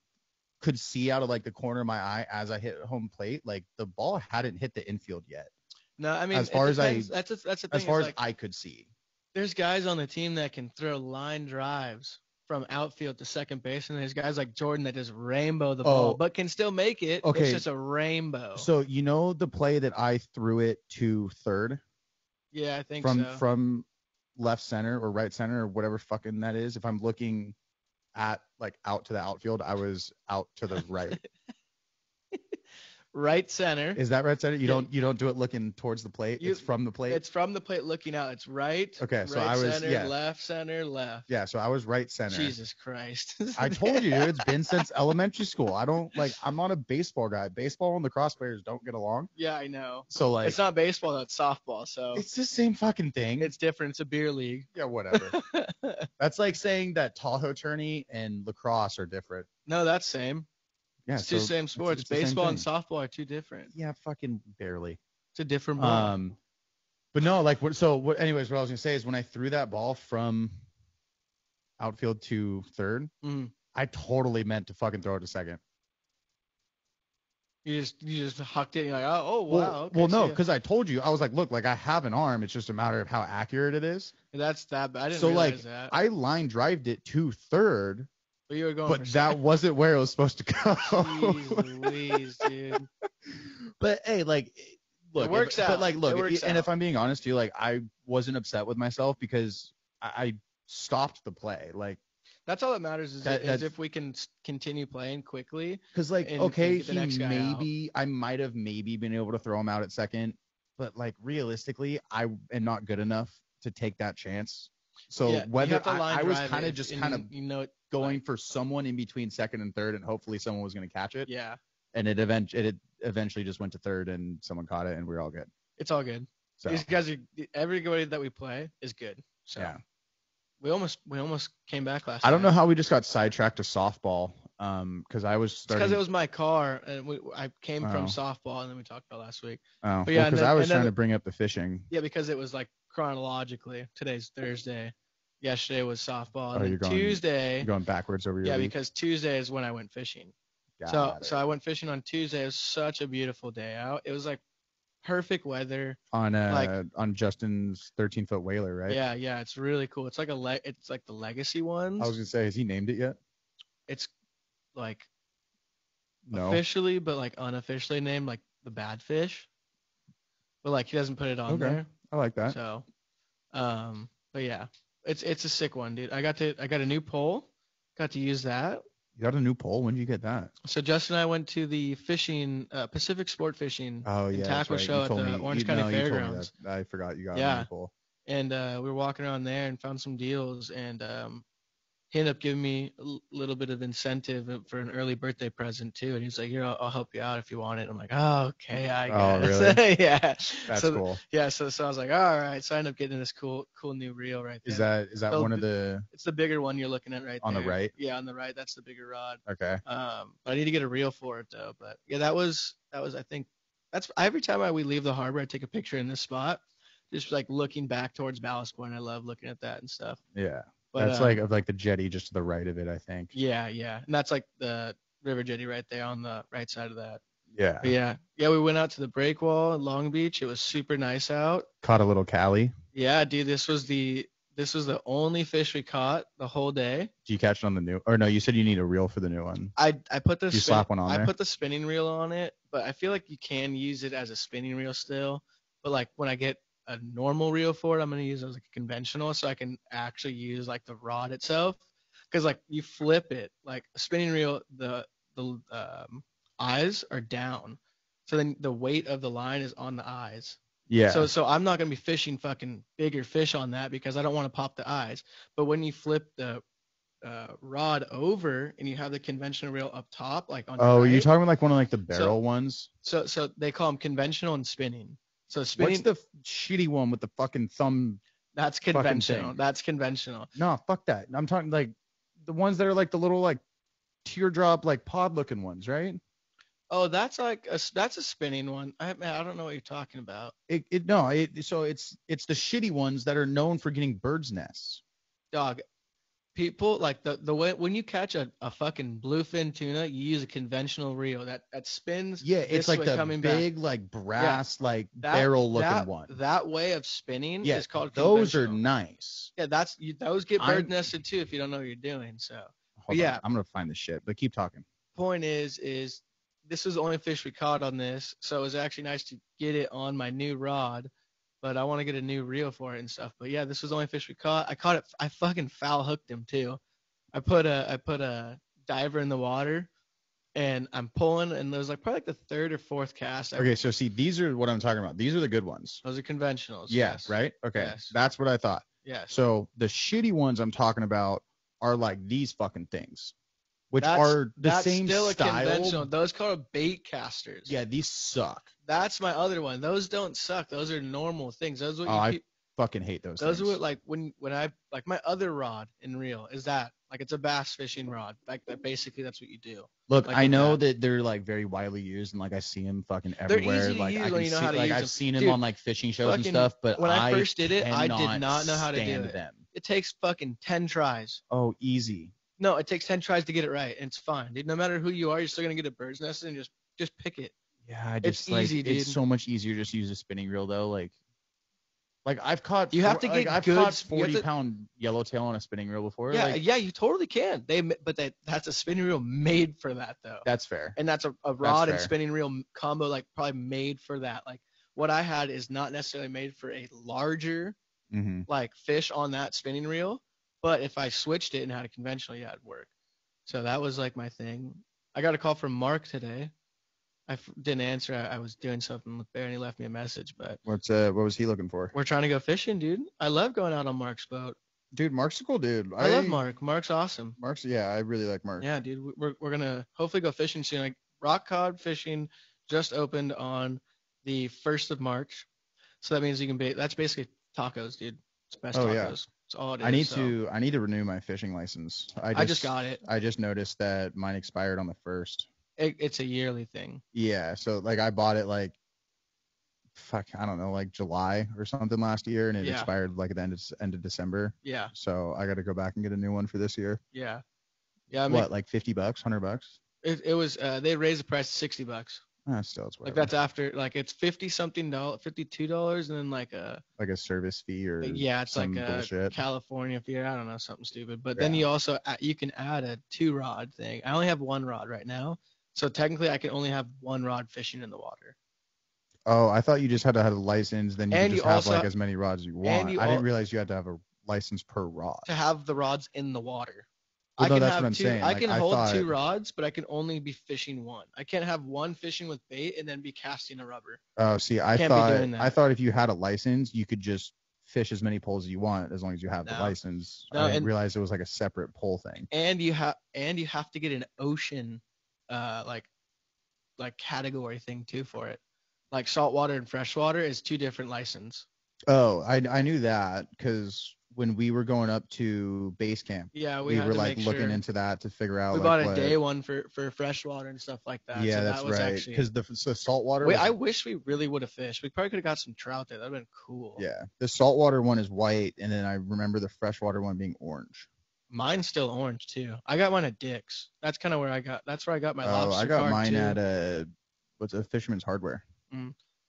Speaker 1: could see out of like the corner of my eye as I hit home plate. Like the ball hadn't hit the infield yet,
Speaker 2: No, I mean
Speaker 1: As
Speaker 2: it
Speaker 1: far as I-
Speaker 2: depends. that's a, that's the thing.
Speaker 1: as far as
Speaker 2: is, like,
Speaker 1: I could see.
Speaker 2: there's guys on the team that can throw line drives from outfield to second base, and there's guys like Jordan that just rainbow
Speaker 1: Oh.
Speaker 2: the ball, but can still make it.
Speaker 1: Okay.
Speaker 2: It's just a rainbow.
Speaker 1: So you know the play that I threw it to third
Speaker 2: yeah, I think
Speaker 1: from
Speaker 2: so.
Speaker 1: from left center or right center or whatever fucking that is. If I'm looking at like out to the outfield, I was out to the right.
Speaker 2: right center.
Speaker 1: Is that right center? You don't you don't do it looking towards the plate.
Speaker 2: You-
Speaker 1: it's from the plate.
Speaker 2: It's from the plate looking out. It's right.
Speaker 1: Okay, so
Speaker 2: right
Speaker 1: I was-
Speaker 2: center,
Speaker 1: yeah.
Speaker 2: left center, left.
Speaker 1: yeah, so I was right center.
Speaker 2: Jesus Christ.
Speaker 1: I told you, dude, it's been since elementary school. I don't like I'm not a baseball guy. Baseball and lacrosse players don't get along.
Speaker 2: yeah, I know.
Speaker 1: So like
Speaker 2: it's not baseball, that's softball, so it's,
Speaker 1: it's the same fucking thing.
Speaker 2: different. It's a beer league.
Speaker 1: yeah, whatever. That's like saying that Tahoe tourney and lacrosse are different.
Speaker 2: No, that's same.
Speaker 1: Yeah,
Speaker 2: it's two
Speaker 1: so-
Speaker 2: same sports.
Speaker 1: it's the same
Speaker 2: Baseball and
Speaker 1: thing.
Speaker 2: softball are two different.
Speaker 1: yeah, fucking barely.
Speaker 2: It's a different ball.
Speaker 1: Um, but no, like what? So what? Anyways, what I was gonna say is when I threw that ball from outfield to third,
Speaker 2: Mhm.
Speaker 1: I totally meant to fucking throw it to second.
Speaker 2: You just you just hucked it. And you're like, oh, oh wow.
Speaker 1: well,
Speaker 2: okay,
Speaker 1: well, no,
Speaker 2: see ya."
Speaker 1: because I told you I was like, look, like I have an arm. It's just a matter of how accurate it is.
Speaker 2: that's that. Bad. I didn't
Speaker 1: so, like,
Speaker 2: realize that.
Speaker 1: I line drived it to third,
Speaker 2: but you were going.
Speaker 1: but
Speaker 2: Oh, for
Speaker 1: that wasn't where it was supposed to go.
Speaker 2: Jeez Louise, dude.
Speaker 1: but hey, like, look, if-
Speaker 2: works
Speaker 1: But
Speaker 2: out.
Speaker 1: like, look,
Speaker 2: It works
Speaker 1: and if
Speaker 2: out.
Speaker 1: I'm being honest, to you, like, I wasn't upset with myself because I, I stopped the play, like.
Speaker 2: That's all that matters is,
Speaker 1: That-
Speaker 2: is
Speaker 1: that's-
Speaker 2: if we can s- continue playing quickly.
Speaker 1: Because like,
Speaker 2: and- and
Speaker 1: okay,
Speaker 2: get the
Speaker 1: he
Speaker 2: next guy out.
Speaker 1: maybe I might have maybe been able to throw him out at second, but like realistically, I am not good enough to take that chance. So
Speaker 2: Yeah, you
Speaker 1: whether
Speaker 2: have to line
Speaker 1: I, I was
Speaker 2: drive
Speaker 1: kind of
Speaker 2: it
Speaker 1: just
Speaker 2: and
Speaker 1: kind of
Speaker 2: you know it-
Speaker 1: going
Speaker 2: like-
Speaker 1: for someone in between second and third, and hopefully someone was going to catch it.
Speaker 2: yeah,
Speaker 1: And it event it had- eventually just went to third, and someone caught it, and we were all good.
Speaker 2: it's all good.
Speaker 1: So
Speaker 2: These guys are everybody that we play is good. So
Speaker 1: Yeah.
Speaker 2: we almost we almost came back last.
Speaker 1: I don't know
Speaker 2: night.
Speaker 1: how we just got sidetracked to softball, um, because I was
Speaker 2: It's because
Speaker 1: starting.
Speaker 2: it was my car, and we, I came from
Speaker 1: Oh.
Speaker 2: softball, and then we talked about last week.
Speaker 1: oh,
Speaker 2: but yeah,
Speaker 1: because
Speaker 2: and
Speaker 1: I
Speaker 2: then-
Speaker 1: was
Speaker 2: and then-
Speaker 1: trying to bring up the fishing.
Speaker 2: Yeah, because it was like chronologically. Today's Thursday. Yesterday was
Speaker 1: Oh,
Speaker 2: softball, and then
Speaker 1: you're going-
Speaker 2: Tuesday.
Speaker 1: You're going backwards over your.
Speaker 2: yeah,
Speaker 1: lead.
Speaker 2: because Tuesday is when I went fishing. so
Speaker 1: Got it.
Speaker 2: so I went fishing on Tuesday. It was such a beautiful day out. It was like perfect weather.
Speaker 1: on uh
Speaker 2: like-
Speaker 1: on Justin's 13 foot whaler, right?
Speaker 2: Yeah, yeah, it's really cool. It's like a le- it's like the legacy ones.
Speaker 1: I was gonna say, has he named it yet?
Speaker 2: it's like
Speaker 1: No.
Speaker 2: officially, but like unofficially named like the bad fish. But like he doesn't put it on
Speaker 1: Okay.
Speaker 2: there.
Speaker 1: I like that.
Speaker 2: So, um, but yeah, it's it's a sick one, dude. I got to I got a new pole, got to use that.
Speaker 1: You got a new pole. When did you get that?
Speaker 2: So Justin and I went to the fishing uh, Pacific Sport Fishing,
Speaker 1: Oh
Speaker 2: And
Speaker 1: yeah.
Speaker 2: tackle show at the Orange County Fairgrounds.
Speaker 1: I forgot you got a
Speaker 2: Yeah.
Speaker 1: new pole.
Speaker 2: and uh, we were walking around there and found some deals, and um, he ended up giving me a l- little bit of incentive for an early birthday present too. And he's like, "Here, I'll, I'll help you out if you want it." I'm like, "Oh, okay, I
Speaker 1: Oh,
Speaker 2: guess." yeah.
Speaker 1: That's
Speaker 2: so,
Speaker 1: cool.
Speaker 2: Yeah, so so I was like, "All right." So I ended up getting this cool cool new reel right there.
Speaker 1: Is that is that
Speaker 2: So
Speaker 1: one of
Speaker 2: the-
Speaker 1: the
Speaker 2: It's the bigger one you're looking at right
Speaker 1: On the
Speaker 2: there.
Speaker 1: right?
Speaker 2: Yeah, on the right. That's the bigger rod.
Speaker 1: okay?
Speaker 2: Um, but I need to get a reel for it though. But yeah, that was that was I think that's every time I we leave the harbor, I take a picture in this spot, just like looking back towards Ballast Point. I love looking at that and stuff.
Speaker 1: Yeah.
Speaker 2: But
Speaker 1: that's
Speaker 2: uh,
Speaker 1: like of like the jetty just to the right of it, I think.
Speaker 2: yeah, yeah, and that's like the river jetty right there on the right side of that.
Speaker 1: Yeah.
Speaker 2: But yeah, yeah, we went out to the break wall in Long Beach. It was super nice out.
Speaker 1: Caught a little Cali.
Speaker 2: Yeah, dude, this was the this was the only fish we caught the whole day.
Speaker 1: Do you catch it on the new? Or no, you said you need a reel for the new one.
Speaker 2: I I put the
Speaker 1: You slap one on
Speaker 2: I
Speaker 1: there?
Speaker 2: put the spinning reel on it, but I feel like you can use it as a spinning reel still. But like when I get a normal reel for it, I'm gonna use it as like a conventional, so I can actually use like the rod itself. Cause like you flip it, like a spinning reel, the the um, eyes are down, so then the weight of the line is on the eyes.
Speaker 1: Yeah.
Speaker 2: So so I'm not gonna be fishing fucking bigger fish on that because I don't want to pop the eyes. But when you flip the uh, rod over and you have the conventional reel up top, like on.
Speaker 1: oh,
Speaker 2: the
Speaker 1: you're
Speaker 2: right,
Speaker 1: talking like one of like the barrel ones.
Speaker 2: So so they call them conventional and spinning. So
Speaker 1: What's
Speaker 2: spinning
Speaker 1: the f- shitty one with the fucking thumb
Speaker 2: that's
Speaker 1: thing?
Speaker 2: conventional. That's conventional.
Speaker 1: No, fuck that. I'm talking like the ones that are like the little like teardrop like pod looking ones, right?
Speaker 2: Oh, that's like a s- that's a spinning one. I man, I don't know what you're talking about.
Speaker 1: It, it no, it so it's it's the shitty ones that are known for getting birds nests.
Speaker 2: dog people like the the way when you catch a, a fucking bluefin tuna you use a conventional reel that that spins
Speaker 1: Yeah, it's
Speaker 2: this
Speaker 1: like
Speaker 2: way
Speaker 1: the
Speaker 2: coming back.
Speaker 1: big like brass like
Speaker 2: That-
Speaker 1: barrel looking
Speaker 2: that,
Speaker 1: one.
Speaker 2: that way of spinning
Speaker 1: Yeah,
Speaker 2: is called
Speaker 1: those are
Speaker 2: conventional.
Speaker 1: nice.
Speaker 2: yeah that's you, those get bird
Speaker 1: I'm-
Speaker 2: nested too if you don't know what you're doing so
Speaker 1: Hold on,
Speaker 2: Yeah.
Speaker 1: I'm gonna find the shit, but keep talking.
Speaker 2: point is is this was the only fish we caught on this so it was actually nice to get it on my new rod but i want to get a new reel for it and stuff but yeah this was the only fish we caught i caught it i fucking foul hooked him too i put a i put a diver in the water and I'm pulling, and there's like probably like the third or fourth cast. I-
Speaker 1: Okay, so see, these are what I'm talking about. These are the good ones.
Speaker 2: Those are conventionals.
Speaker 1: Yeah, right? Okay.
Speaker 2: Yes.
Speaker 1: That's what I thought.
Speaker 2: Yes.
Speaker 1: So the shitty ones I'm talking about are like these fucking things, which
Speaker 2: That's-
Speaker 1: are the
Speaker 2: That's
Speaker 1: same
Speaker 2: still a conventional.
Speaker 1: style.
Speaker 2: Those called bait casters.
Speaker 1: Yeah, these suck.
Speaker 2: That's my other one. Those don't suck. Those are normal things. Those are what
Speaker 1: Oh,
Speaker 2: you
Speaker 1: I
Speaker 2: keep-
Speaker 1: Fucking hate those.
Speaker 2: those are
Speaker 1: things.
Speaker 2: what like when when I like my other rod and reel is that like it's a bass fishing rod. Like that basically that's what you do.
Speaker 1: Look,
Speaker 2: like
Speaker 1: I
Speaker 2: with
Speaker 1: know
Speaker 2: that.
Speaker 1: that. they're like very widely used, and like I see them fucking
Speaker 2: They're
Speaker 1: everywhere.
Speaker 2: easy to
Speaker 1: like
Speaker 2: use
Speaker 1: I
Speaker 2: when
Speaker 1: can
Speaker 2: you know
Speaker 1: see,
Speaker 2: how to
Speaker 1: like
Speaker 2: use
Speaker 1: I've
Speaker 2: them.
Speaker 1: seen them
Speaker 2: Dude,
Speaker 1: on like fishing shows
Speaker 2: fucking-
Speaker 1: and stuff, but
Speaker 2: When I,
Speaker 1: I,
Speaker 2: first did it, I did
Speaker 1: cannot
Speaker 2: not know how to do
Speaker 1: stand
Speaker 2: it.
Speaker 1: them.
Speaker 2: It takes fucking ten tries.
Speaker 1: Oh, easy.
Speaker 2: No, it takes ten tries to get it right, and it's fine, dude. No matter who you are, you're still gonna get a bird's nest and just just pick it.
Speaker 1: Yeah, I
Speaker 2: It's
Speaker 1: just like
Speaker 2: easy,
Speaker 1: it's
Speaker 2: dude.
Speaker 1: so much easier just to use a spinning reel though. Like, like I've caught
Speaker 2: You have
Speaker 1: four-
Speaker 2: to
Speaker 1: like,
Speaker 2: get
Speaker 1: I've
Speaker 2: good
Speaker 1: caught
Speaker 2: sp- you have
Speaker 1: forty
Speaker 2: to-
Speaker 1: pound yellowtail on a spinning reel before.
Speaker 2: yeah,
Speaker 1: like,
Speaker 2: yeah, you totally can. They ma- but that that's a spinning reel made for that though.
Speaker 1: that's fair.
Speaker 2: and that's a, a rod and
Speaker 1: fair.
Speaker 2: spinning reel m- combo like probably made for that like what i had is not necessarily made for a larger
Speaker 1: Mm-hmm.
Speaker 2: like fish on that spinning reel but if i switched it and had a conventional yeah it'd work so that was like my thing i got a call from mark today i f- didn't answer I, I was doing something with bear and he left me a message but
Speaker 1: What's uh, what was he looking for?
Speaker 2: we're trying to go fishing dude i love going out on mark's boat
Speaker 1: Dude, Mark's a cool dude.
Speaker 2: i, love mark mark's awesome
Speaker 1: Mark's yeah, I really like Mark.
Speaker 2: yeah dude we- we're, we're gonna hopefully go fishing soon like rock cod fishing just opened on the 1st of march so that means you can be that's basically tacos dude it's best
Speaker 1: Oh,
Speaker 2: tacos
Speaker 1: yeah.
Speaker 2: it's all it is,
Speaker 1: I need
Speaker 2: so.
Speaker 1: to I need to renew my fishing license. I just,
Speaker 2: i just got it.
Speaker 1: I just noticed that mine expired on the first.
Speaker 2: it it's a yearly thing
Speaker 1: Yeah, so like I bought it like fuck, I don't know, like July or something last year, and it
Speaker 2: Yeah.
Speaker 1: expired like at the end of end of December.
Speaker 2: yeah
Speaker 1: So I got to go back and get a new one for this year.
Speaker 2: yeah yeah i mean
Speaker 1: what, like fifty bucks, hundred bucks?
Speaker 2: it, it was uh they raised the price to 60 bucks
Speaker 1: Ah, still, it's whatever.
Speaker 2: like that's after like it's 50 something dollar 52 dollars and then like uh, a
Speaker 1: like a service fee or
Speaker 2: yeah it's like
Speaker 1: some
Speaker 2: a
Speaker 1: bullshit.
Speaker 2: California fear. I don't know something stupid. But then
Speaker 1: Yeah.
Speaker 2: you also a- you can add a two rod thing. I only have one rod right now, so technically I can only have one rod fishing in the water.
Speaker 1: Oh, I thought you just had to have a license, then you
Speaker 2: And
Speaker 1: could
Speaker 2: you
Speaker 1: just have
Speaker 2: also-
Speaker 1: like as many rods as you want.
Speaker 2: you
Speaker 1: I
Speaker 2: al-
Speaker 1: didn't realize you had to have a license per rod.
Speaker 2: To have the rods in the water.
Speaker 1: Well,
Speaker 2: I
Speaker 1: no,
Speaker 2: can
Speaker 1: that's
Speaker 2: have
Speaker 1: what I'm
Speaker 2: two,
Speaker 1: saying.
Speaker 2: I
Speaker 1: Like,
Speaker 2: can
Speaker 1: I
Speaker 2: hold
Speaker 1: thought-
Speaker 2: two rods, but I can only be fishing one. I can't have one fishing with bait and then be casting a rubber.
Speaker 1: Oh, see, I
Speaker 2: Can't be
Speaker 1: thought
Speaker 2: doing that.
Speaker 1: I thought if you had a license, you could just fish as many poles as you want as long as you have
Speaker 2: No.
Speaker 1: the license.
Speaker 2: No,
Speaker 1: I didn't
Speaker 2: and-
Speaker 1: realize it was like a separate pole thing.
Speaker 2: And you have and you have to get an ocean, uh, like, like category thing too for it. Like saltwater and freshwater is two different license.
Speaker 1: Oh, I I knew that because when we were going up to base camp,
Speaker 2: Yeah, we,
Speaker 1: we,
Speaker 2: had
Speaker 1: were
Speaker 2: to
Speaker 1: like
Speaker 2: make
Speaker 1: looking
Speaker 2: sure.
Speaker 1: into that to figure out.
Speaker 2: we
Speaker 1: like,
Speaker 2: bought a
Speaker 1: what-
Speaker 2: day one for for freshwater and stuff like that.
Speaker 1: Yeah,
Speaker 2: so
Speaker 1: that's
Speaker 2: that was
Speaker 1: right.
Speaker 2: Actually,
Speaker 1: Because the, so saltwater.
Speaker 2: Wait,
Speaker 1: was-
Speaker 2: I wish we really would have fished. We probably could have got some trout there. That'd been cool.
Speaker 1: yeah, the saltwater one is white, and then I remember the freshwater one being orange.
Speaker 2: Mine's still orange too. I got mine at Dick's. That's kind of where I got. That's where I got my
Speaker 1: Oh,
Speaker 2: lobster.
Speaker 1: I got
Speaker 2: card,
Speaker 1: mine
Speaker 2: too.
Speaker 1: at a what's a Fisherman's Hardware.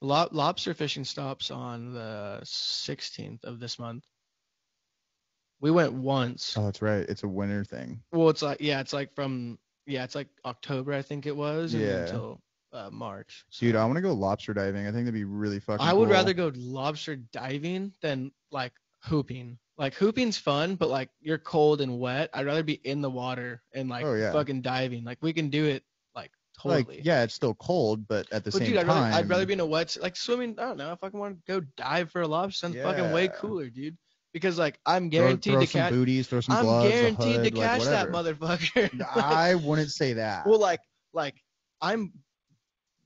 Speaker 2: Lo- lobster fishing stops on the 16th of this month. We went once.
Speaker 1: Oh, that's right. It's a winter thing.
Speaker 2: Well, it's like yeah, it's like from yeah, it's like October I think it was and
Speaker 1: Yeah.
Speaker 2: until uh, March.
Speaker 1: Dude, I want to go lobster diving. I think that'd be really fucking.
Speaker 2: I would
Speaker 1: cool.
Speaker 2: rather go lobster diving than like hooping. Like hooping's fun, but like you're cold and wet. I'd rather be in the water and like
Speaker 1: Oh, yeah.
Speaker 2: fucking diving. Like we can do it like totally.
Speaker 1: Like, yeah, it's still cold, but at the
Speaker 2: but
Speaker 1: same
Speaker 2: dude, I'd rather,
Speaker 1: time,
Speaker 2: I'd rather be in a wet s- like swimming. I don't know. If I want to go dive for a lobster, that's fucking way
Speaker 1: Yeah.
Speaker 2: cooler, dude. Because like I'm
Speaker 1: throw-
Speaker 2: guaranteed
Speaker 1: throw
Speaker 2: to
Speaker 1: some
Speaker 2: catch.
Speaker 1: booties, throw some
Speaker 2: I'm
Speaker 1: gloves, a
Speaker 2: guaranteed to
Speaker 1: hood, like,
Speaker 2: catch that
Speaker 1: whatever.
Speaker 2: motherfucker. Like,
Speaker 1: I wouldn't say that.
Speaker 2: well, like like I'm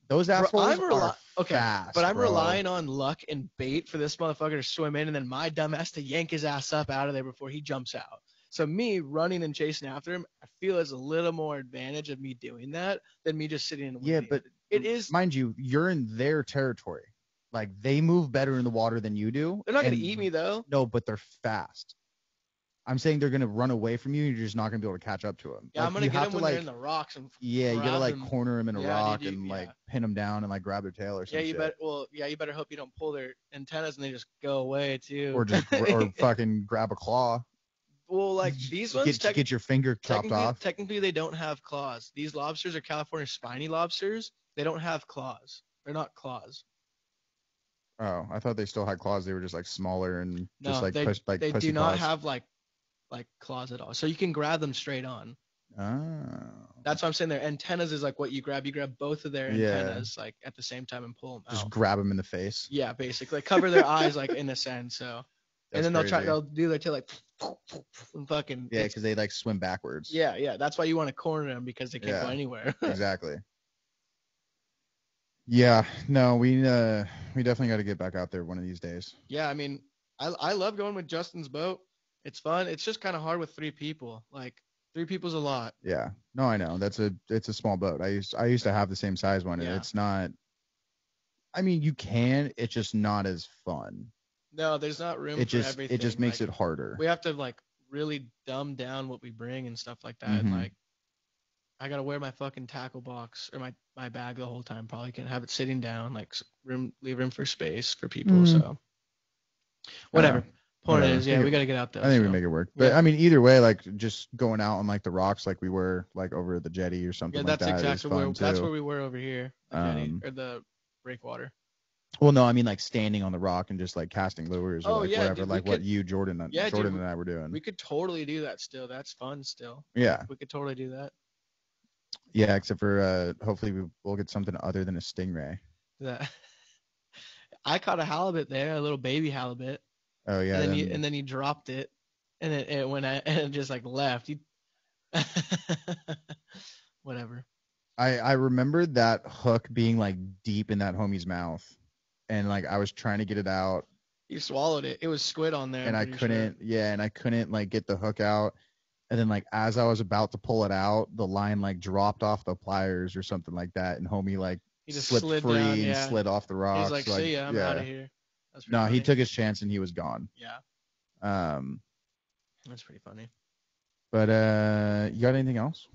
Speaker 1: those
Speaker 2: bro,
Speaker 1: assholes
Speaker 2: I'm reli-
Speaker 1: are
Speaker 2: okay,
Speaker 1: fast,
Speaker 2: But I'm
Speaker 1: bro.
Speaker 2: relying on luck and bait for this motherfucker to swim in and then my dumb ass to yank his ass up out of there before he jumps out. So me running and chasing after him, I feel is a little more advantage of me doing that than me just sitting and
Speaker 1: Yeah,
Speaker 2: waiting.
Speaker 1: but
Speaker 2: it is
Speaker 1: mind you, you're in their territory. Like they move better in the water than you do.
Speaker 2: they're not gonna
Speaker 1: and-
Speaker 2: eat me though.
Speaker 1: No, but they're fast. I'm saying they're gonna run away from you. and You're just not gonna be able to catch up to them.
Speaker 2: Yeah, I'm gonna
Speaker 1: you
Speaker 2: get
Speaker 1: have
Speaker 2: them
Speaker 1: to,
Speaker 2: when
Speaker 1: like,
Speaker 2: they're in the rocks and
Speaker 1: Yeah, you gotta
Speaker 2: grab
Speaker 1: like
Speaker 2: them.
Speaker 1: corner them in a
Speaker 2: Yeah, dude,
Speaker 1: rock
Speaker 2: you-
Speaker 1: and
Speaker 2: yeah.
Speaker 1: like pin them down and like grab their tail or
Speaker 2: Yeah,
Speaker 1: something.
Speaker 2: you bet well yeah, you better hope you don't pull their antennas and they just go away too.
Speaker 1: Or just or fucking grab a claw.
Speaker 2: well like these ones
Speaker 1: Get,
Speaker 2: tech-
Speaker 1: get your finger chopped
Speaker 2: technically,
Speaker 1: off.
Speaker 2: technically they don't have claws. These lobsters are California spiny lobsters. They don't have claws. They're not claws.
Speaker 1: Oh, I thought they still had claws. They were just like smaller and
Speaker 2: No,
Speaker 1: just like
Speaker 2: they,
Speaker 1: push, like
Speaker 2: they
Speaker 1: pussy
Speaker 2: do not
Speaker 1: claws.
Speaker 2: have like like claws at all. So you can grab them straight on.
Speaker 1: Oh.
Speaker 2: That's why I'm saying their antennas is like what you grab. You grab both of their
Speaker 1: Yeah.
Speaker 2: antennas like at the same time and pull them
Speaker 1: Just
Speaker 2: out.
Speaker 1: grab him in the face.
Speaker 2: Yeah, basically like, cover their eyes like in a sense. So and
Speaker 1: That's
Speaker 2: then they'll try
Speaker 1: crazy.
Speaker 2: they'll do their tail like and fucking
Speaker 1: Yeah, because they like swim backwards.
Speaker 2: yeah yeah. That's why you want to corner them because they can't go
Speaker 1: Yeah.
Speaker 2: anywhere.
Speaker 1: exactly. Yeah, no, we uh, we definitely got to get back out there one of these days.
Speaker 2: yeah, I mean I I love going with Justin's boat. It's fun. It's just kind of hard with three people. Like three people's a lot.
Speaker 1: Yeah, no, I know that's a it's a small boat. I used I used to have the same size one, and
Speaker 2: Yeah.
Speaker 1: it's not. I mean, you can. It's just not as fun.
Speaker 2: No, there's not room
Speaker 1: It
Speaker 2: for
Speaker 1: just
Speaker 2: everything.
Speaker 1: it just makes
Speaker 2: like,
Speaker 1: it harder.
Speaker 2: we have to like really dumb down what we bring and stuff like that.
Speaker 1: Mhm.
Speaker 2: Like I gotta wear my fucking tackle box or my my bag the whole time. Probably can have it sitting down, like s- room leave room for space for people.
Speaker 1: Mm.
Speaker 2: So whatever. Point
Speaker 1: Whatever.
Speaker 2: is, yeah,
Speaker 1: We-
Speaker 2: we gotta get out there.
Speaker 1: I think we
Speaker 2: so.
Speaker 1: make it work. But
Speaker 2: Yeah.
Speaker 1: I mean, either way, like just going out on like the rocks, like we were like over the jetty or something.
Speaker 2: Yeah, that's
Speaker 1: like that is
Speaker 2: exactly where
Speaker 1: fun,
Speaker 2: that's
Speaker 1: too.
Speaker 2: where we were over here, the jetty-
Speaker 1: Um,
Speaker 2: or the breakwater.
Speaker 1: Well, no, I mean like standing on the rock and just like casting lures or
Speaker 2: Oh,
Speaker 1: like
Speaker 2: yeah,
Speaker 1: whatever,
Speaker 2: dude, we
Speaker 1: like what
Speaker 2: could-
Speaker 1: you, Jordan, and
Speaker 2: Yeah, dude,
Speaker 1: Jordan
Speaker 2: we-
Speaker 1: and I were doing.
Speaker 2: We could totally do that still. That's fun still.
Speaker 1: yeah,
Speaker 2: We could totally do that.
Speaker 1: yeah. Except for uh, hopefully we, we'll get something other than a stingray.
Speaker 2: That I caught a halibut there, a little baby halibut.
Speaker 1: Oh yeah,
Speaker 2: and then,
Speaker 1: then,
Speaker 2: you and then you dropped it, and it, it went out, and it just like left. You, whatever.
Speaker 1: I I remember that hook being like deep in that homie's mouth, and like I was trying to get it out,
Speaker 2: You swallowed it. It was squid on there. I'm
Speaker 1: and I
Speaker 2: pretty sure.
Speaker 1: couldn't. Yeah, and I couldn't like get the hook out. And then like as I was about to pull it out, the line like dropped off the pliers or something like that, and homie like
Speaker 2: He just
Speaker 1: slipped
Speaker 2: slid
Speaker 1: free
Speaker 2: down.
Speaker 1: and
Speaker 2: Yeah.
Speaker 1: slid off the rocks.
Speaker 2: He's like, "See ya, I'm out of here." That's pretty
Speaker 1: No, he
Speaker 2: funny.
Speaker 1: took his chance and he was gone.
Speaker 2: Yeah,
Speaker 1: Um,
Speaker 2: that's pretty funny.
Speaker 1: but uh, you got anything else?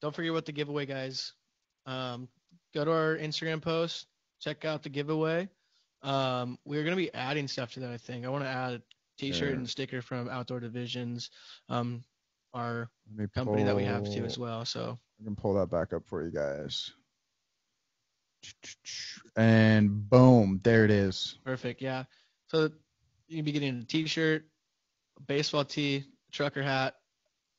Speaker 2: Don't forget what the giveaway, guys. Um, go to our Instagram post. Check out the giveaway. Um, we're gonna be adding stuff to that. I think I want to add a T-shirt
Speaker 1: Sure.
Speaker 2: and sticker from Outdoor Divisions, um, our
Speaker 1: Let me
Speaker 2: company that we have too as
Speaker 1: pull-
Speaker 2: well. So
Speaker 1: I can pull that back up for you guys. And boom, there it is.
Speaker 2: Perfect. Yeah. So you'd be getting a T-shirt, a baseball tee, a trucker hat,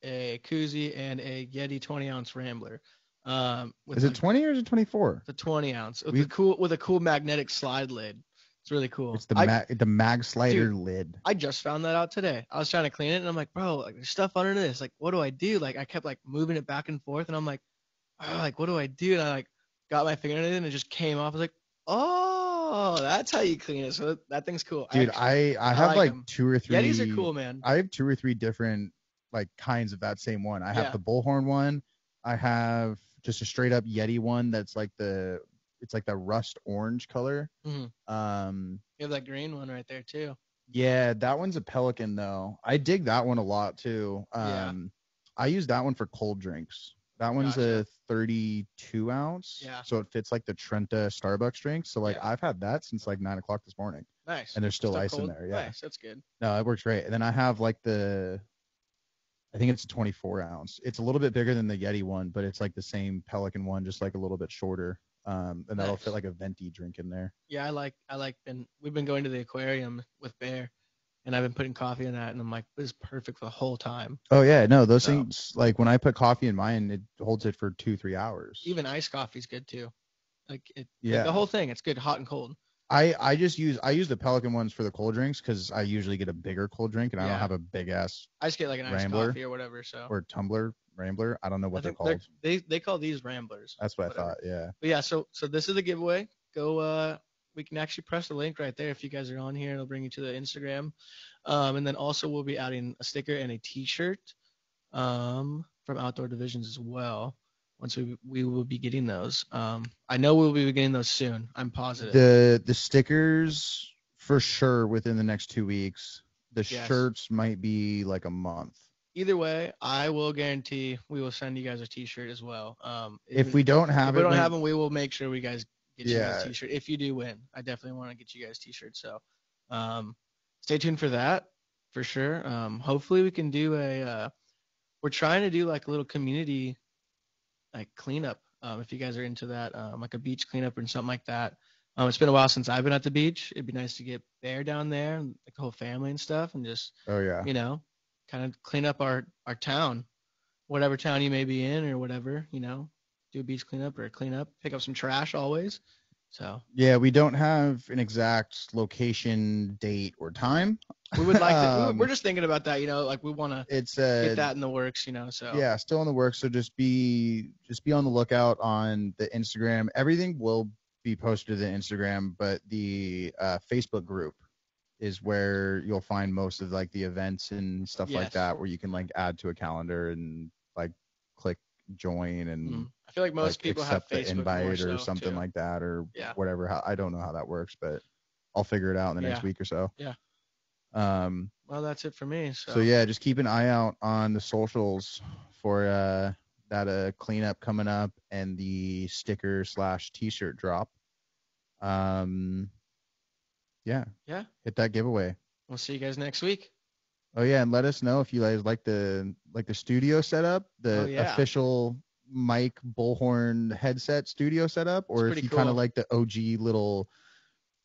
Speaker 2: a koozie, and a Yeti 20 ounce Rambler. Um, with
Speaker 1: Is it
Speaker 2: the-
Speaker 1: 20 or is it 24?
Speaker 2: the 20 ounce with
Speaker 1: We-
Speaker 2: a cool with a cool magnetic slide lid? It's really cool.
Speaker 1: It's the
Speaker 2: Oh, I,
Speaker 1: mag, the mag slider lid.
Speaker 2: I just found that out today. I was trying to clean it and I'm like, bro, like there's stuff under this. Like, what do I do? Like, I kept like moving it back and forth and I'm like, oh, like what do I do? And I like got my finger in it and it just came off. I was like, oh, that's how you clean it. So that, that thing's cool. I
Speaker 1: Dude,
Speaker 2: actually-
Speaker 1: I I
Speaker 2: I
Speaker 1: have
Speaker 2: like
Speaker 1: like,
Speaker 2: them.
Speaker 1: two or three.
Speaker 2: Yetis are cool, man.
Speaker 1: I have two or three different like kinds of that same one. I have
Speaker 2: Yeah.
Speaker 1: the bullhorn one. I have just a straight up Yeti one that's like the it's like the rust orange color.
Speaker 2: Mhm.
Speaker 1: Um
Speaker 2: You have that green one right there too.
Speaker 1: yeah, that one's a pelican though. I dig that one a lot too.
Speaker 2: Yeah.
Speaker 1: Um I use that one for cold drinks. That one's a 32 ounce.
Speaker 2: Yeah.
Speaker 1: So it fits like the Trenta Starbucks drinks. So like
Speaker 2: Yeah.
Speaker 1: I've had that since like nine o'clock this morning.
Speaker 2: Nice.
Speaker 1: And there's still, ice in there. Yeah.
Speaker 2: Nice. That's good.
Speaker 1: No, it works great. And then I have like the, I think it's a 24 ounce. It's a little bit bigger than the Yeti one, but it's like the same Pelican one, just like a little bit shorter. Um, and that'll
Speaker 2: Nice.
Speaker 1: fit like a venti drink in there.
Speaker 2: Yeah, I like I like been we've been going to the aquarium with Bear and I've been putting coffee in that and I'm like, this is perfect for the whole time.
Speaker 1: Oh yeah, no, those
Speaker 2: So-
Speaker 1: things like when I put coffee in mine, it holds it for two three hours.
Speaker 2: Even iced coffee's good too. Like it yeah.
Speaker 1: Yeah.
Speaker 2: the whole thing, it's good hot and cold.
Speaker 1: I I just use I use the Pelican ones for the cold drinks because I usually get a bigger cold drink and I
Speaker 2: Yeah.
Speaker 1: don't have a big ass
Speaker 2: I just get like an iced
Speaker 1: Rambler?
Speaker 2: coffee or whatever, so
Speaker 1: or tumbler rambler. I don't know
Speaker 2: I
Speaker 1: what they're
Speaker 2: think they're-
Speaker 1: called.
Speaker 2: they they call these ramblers.
Speaker 1: That's what I
Speaker 2: whatever.
Speaker 1: thought. Yeah.
Speaker 2: But yeah, so so this is the giveaway. Go uh we can actually press the link right there if you guys are on here. It'll bring you to the Instagram. Um and then also we'll be adding a sticker and a t-shirt um from Outdoor Divisions as well. Once we we will be getting those. Um I know we'll be getting those soon. I'm positive.
Speaker 1: the the stickers for sure within the next two weeks the
Speaker 2: Yes.
Speaker 1: shirts might be like a month
Speaker 2: Either way, I will guarantee we will send you guys a t-shirt as well. Um
Speaker 1: if we don't have
Speaker 2: if we
Speaker 1: it
Speaker 2: don't
Speaker 1: when-
Speaker 2: have them, we will make sure we guys get you guys
Speaker 1: Yeah.
Speaker 2: t-shirt. If you do win, I definitely want to get you guys t-shirts. So, um, stay tuned for that for sure. Um, hopefully we can do a. Uh, we're trying to do like a little community, like cleanup. Um, if you guys are into that, um, like a beach cleanup or something like that. Um, it's been a while since I've been at the beach. It'd be nice to get there down there, and like the whole family and stuff, and just
Speaker 1: oh yeah
Speaker 2: you know, kind of clean up our our town. whatever town you may be in or whatever, you know, do a beach cleanup or a cleanup, pick up some trash always. So
Speaker 4: Yeah, we don't have an exact location, date, or time.
Speaker 2: we would like to. we-
Speaker 4: Um,
Speaker 2: we're just thinking about that, you know, like we want to
Speaker 4: It's uh,
Speaker 2: get that in the works, you know. So
Speaker 4: yeah still in the works so just be just be on the lookout on the instagram everything will be posted to the instagram but the uh, facebook group is where you'll find most of like the events and stuff like
Speaker 2: Yes.
Speaker 4: that where you can like add to a calendar and like click join and
Speaker 2: Mm. I feel like most
Speaker 4: like,
Speaker 2: people have
Speaker 4: accept
Speaker 2: Facebook
Speaker 4: the invite
Speaker 2: more
Speaker 4: or
Speaker 2: so,
Speaker 4: something
Speaker 2: too.
Speaker 4: like that or
Speaker 2: Yeah.
Speaker 4: whatever how, i don't know how that works but i'll figure it out in the next
Speaker 2: Yeah.
Speaker 4: week or so
Speaker 2: Yeah.
Speaker 4: um
Speaker 2: Well, that's it for me. So,
Speaker 4: so, yeah, just keep an eye out on the socials for uh, that uh, cleanup coming up and the sticker slash T-shirt drop. Um, yeah,
Speaker 2: Yeah.
Speaker 4: hit that giveaway.
Speaker 2: We'll see you guys next week.
Speaker 4: Oh yeah, and let us know if you guys like the like the studio setup, the
Speaker 2: Oh, yeah.
Speaker 4: official mic bullhorn headset studio setup, or if
Speaker 2: pretty
Speaker 4: you kind
Speaker 2: cool.
Speaker 4: of like the OG little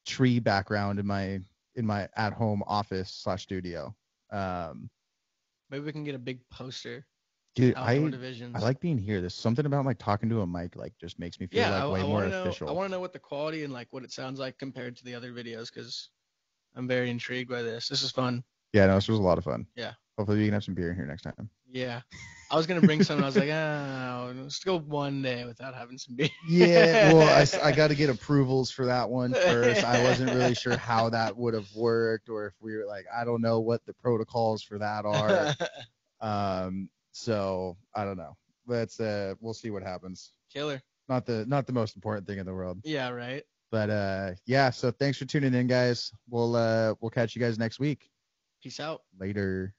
Speaker 4: tree background in my in my at home office slash studio. Um,
Speaker 2: Maybe we can get a big poster.
Speaker 4: dude,
Speaker 2: Outdoor
Speaker 4: I
Speaker 2: divisions.
Speaker 4: I like being here. There's something about like talking to a mic like just makes me feel
Speaker 2: yeah,
Speaker 4: like
Speaker 2: I,
Speaker 4: way
Speaker 2: I
Speaker 4: more
Speaker 2: want to know.
Speaker 4: official.
Speaker 2: I want to know what the quality and like what it sounds like compared to the other videos because I'm very intrigued by this. This is fun.
Speaker 4: yeah, no, this was a lot of fun.
Speaker 2: Yeah.
Speaker 4: Hopefully we can have some beer in here next time.
Speaker 2: Yeah, I was gonna bring some. and I was like, ah, let's go one day without having some beer.
Speaker 4: Yeah, well, I, got to get approvals for that one first. I wasn't really sure how that would have worked, or if we were like, I don't know what the protocols for that are. Um, so I don't know. Let's uh, we'll see what happens.
Speaker 2: Killer.
Speaker 4: Not the not the most important thing in the world,
Speaker 2: Yeah, right.
Speaker 4: but uh, yeah. So thanks for tuning in, guys. We'll uh, we'll catch you guys next week.
Speaker 2: Peace out.
Speaker 4: Later.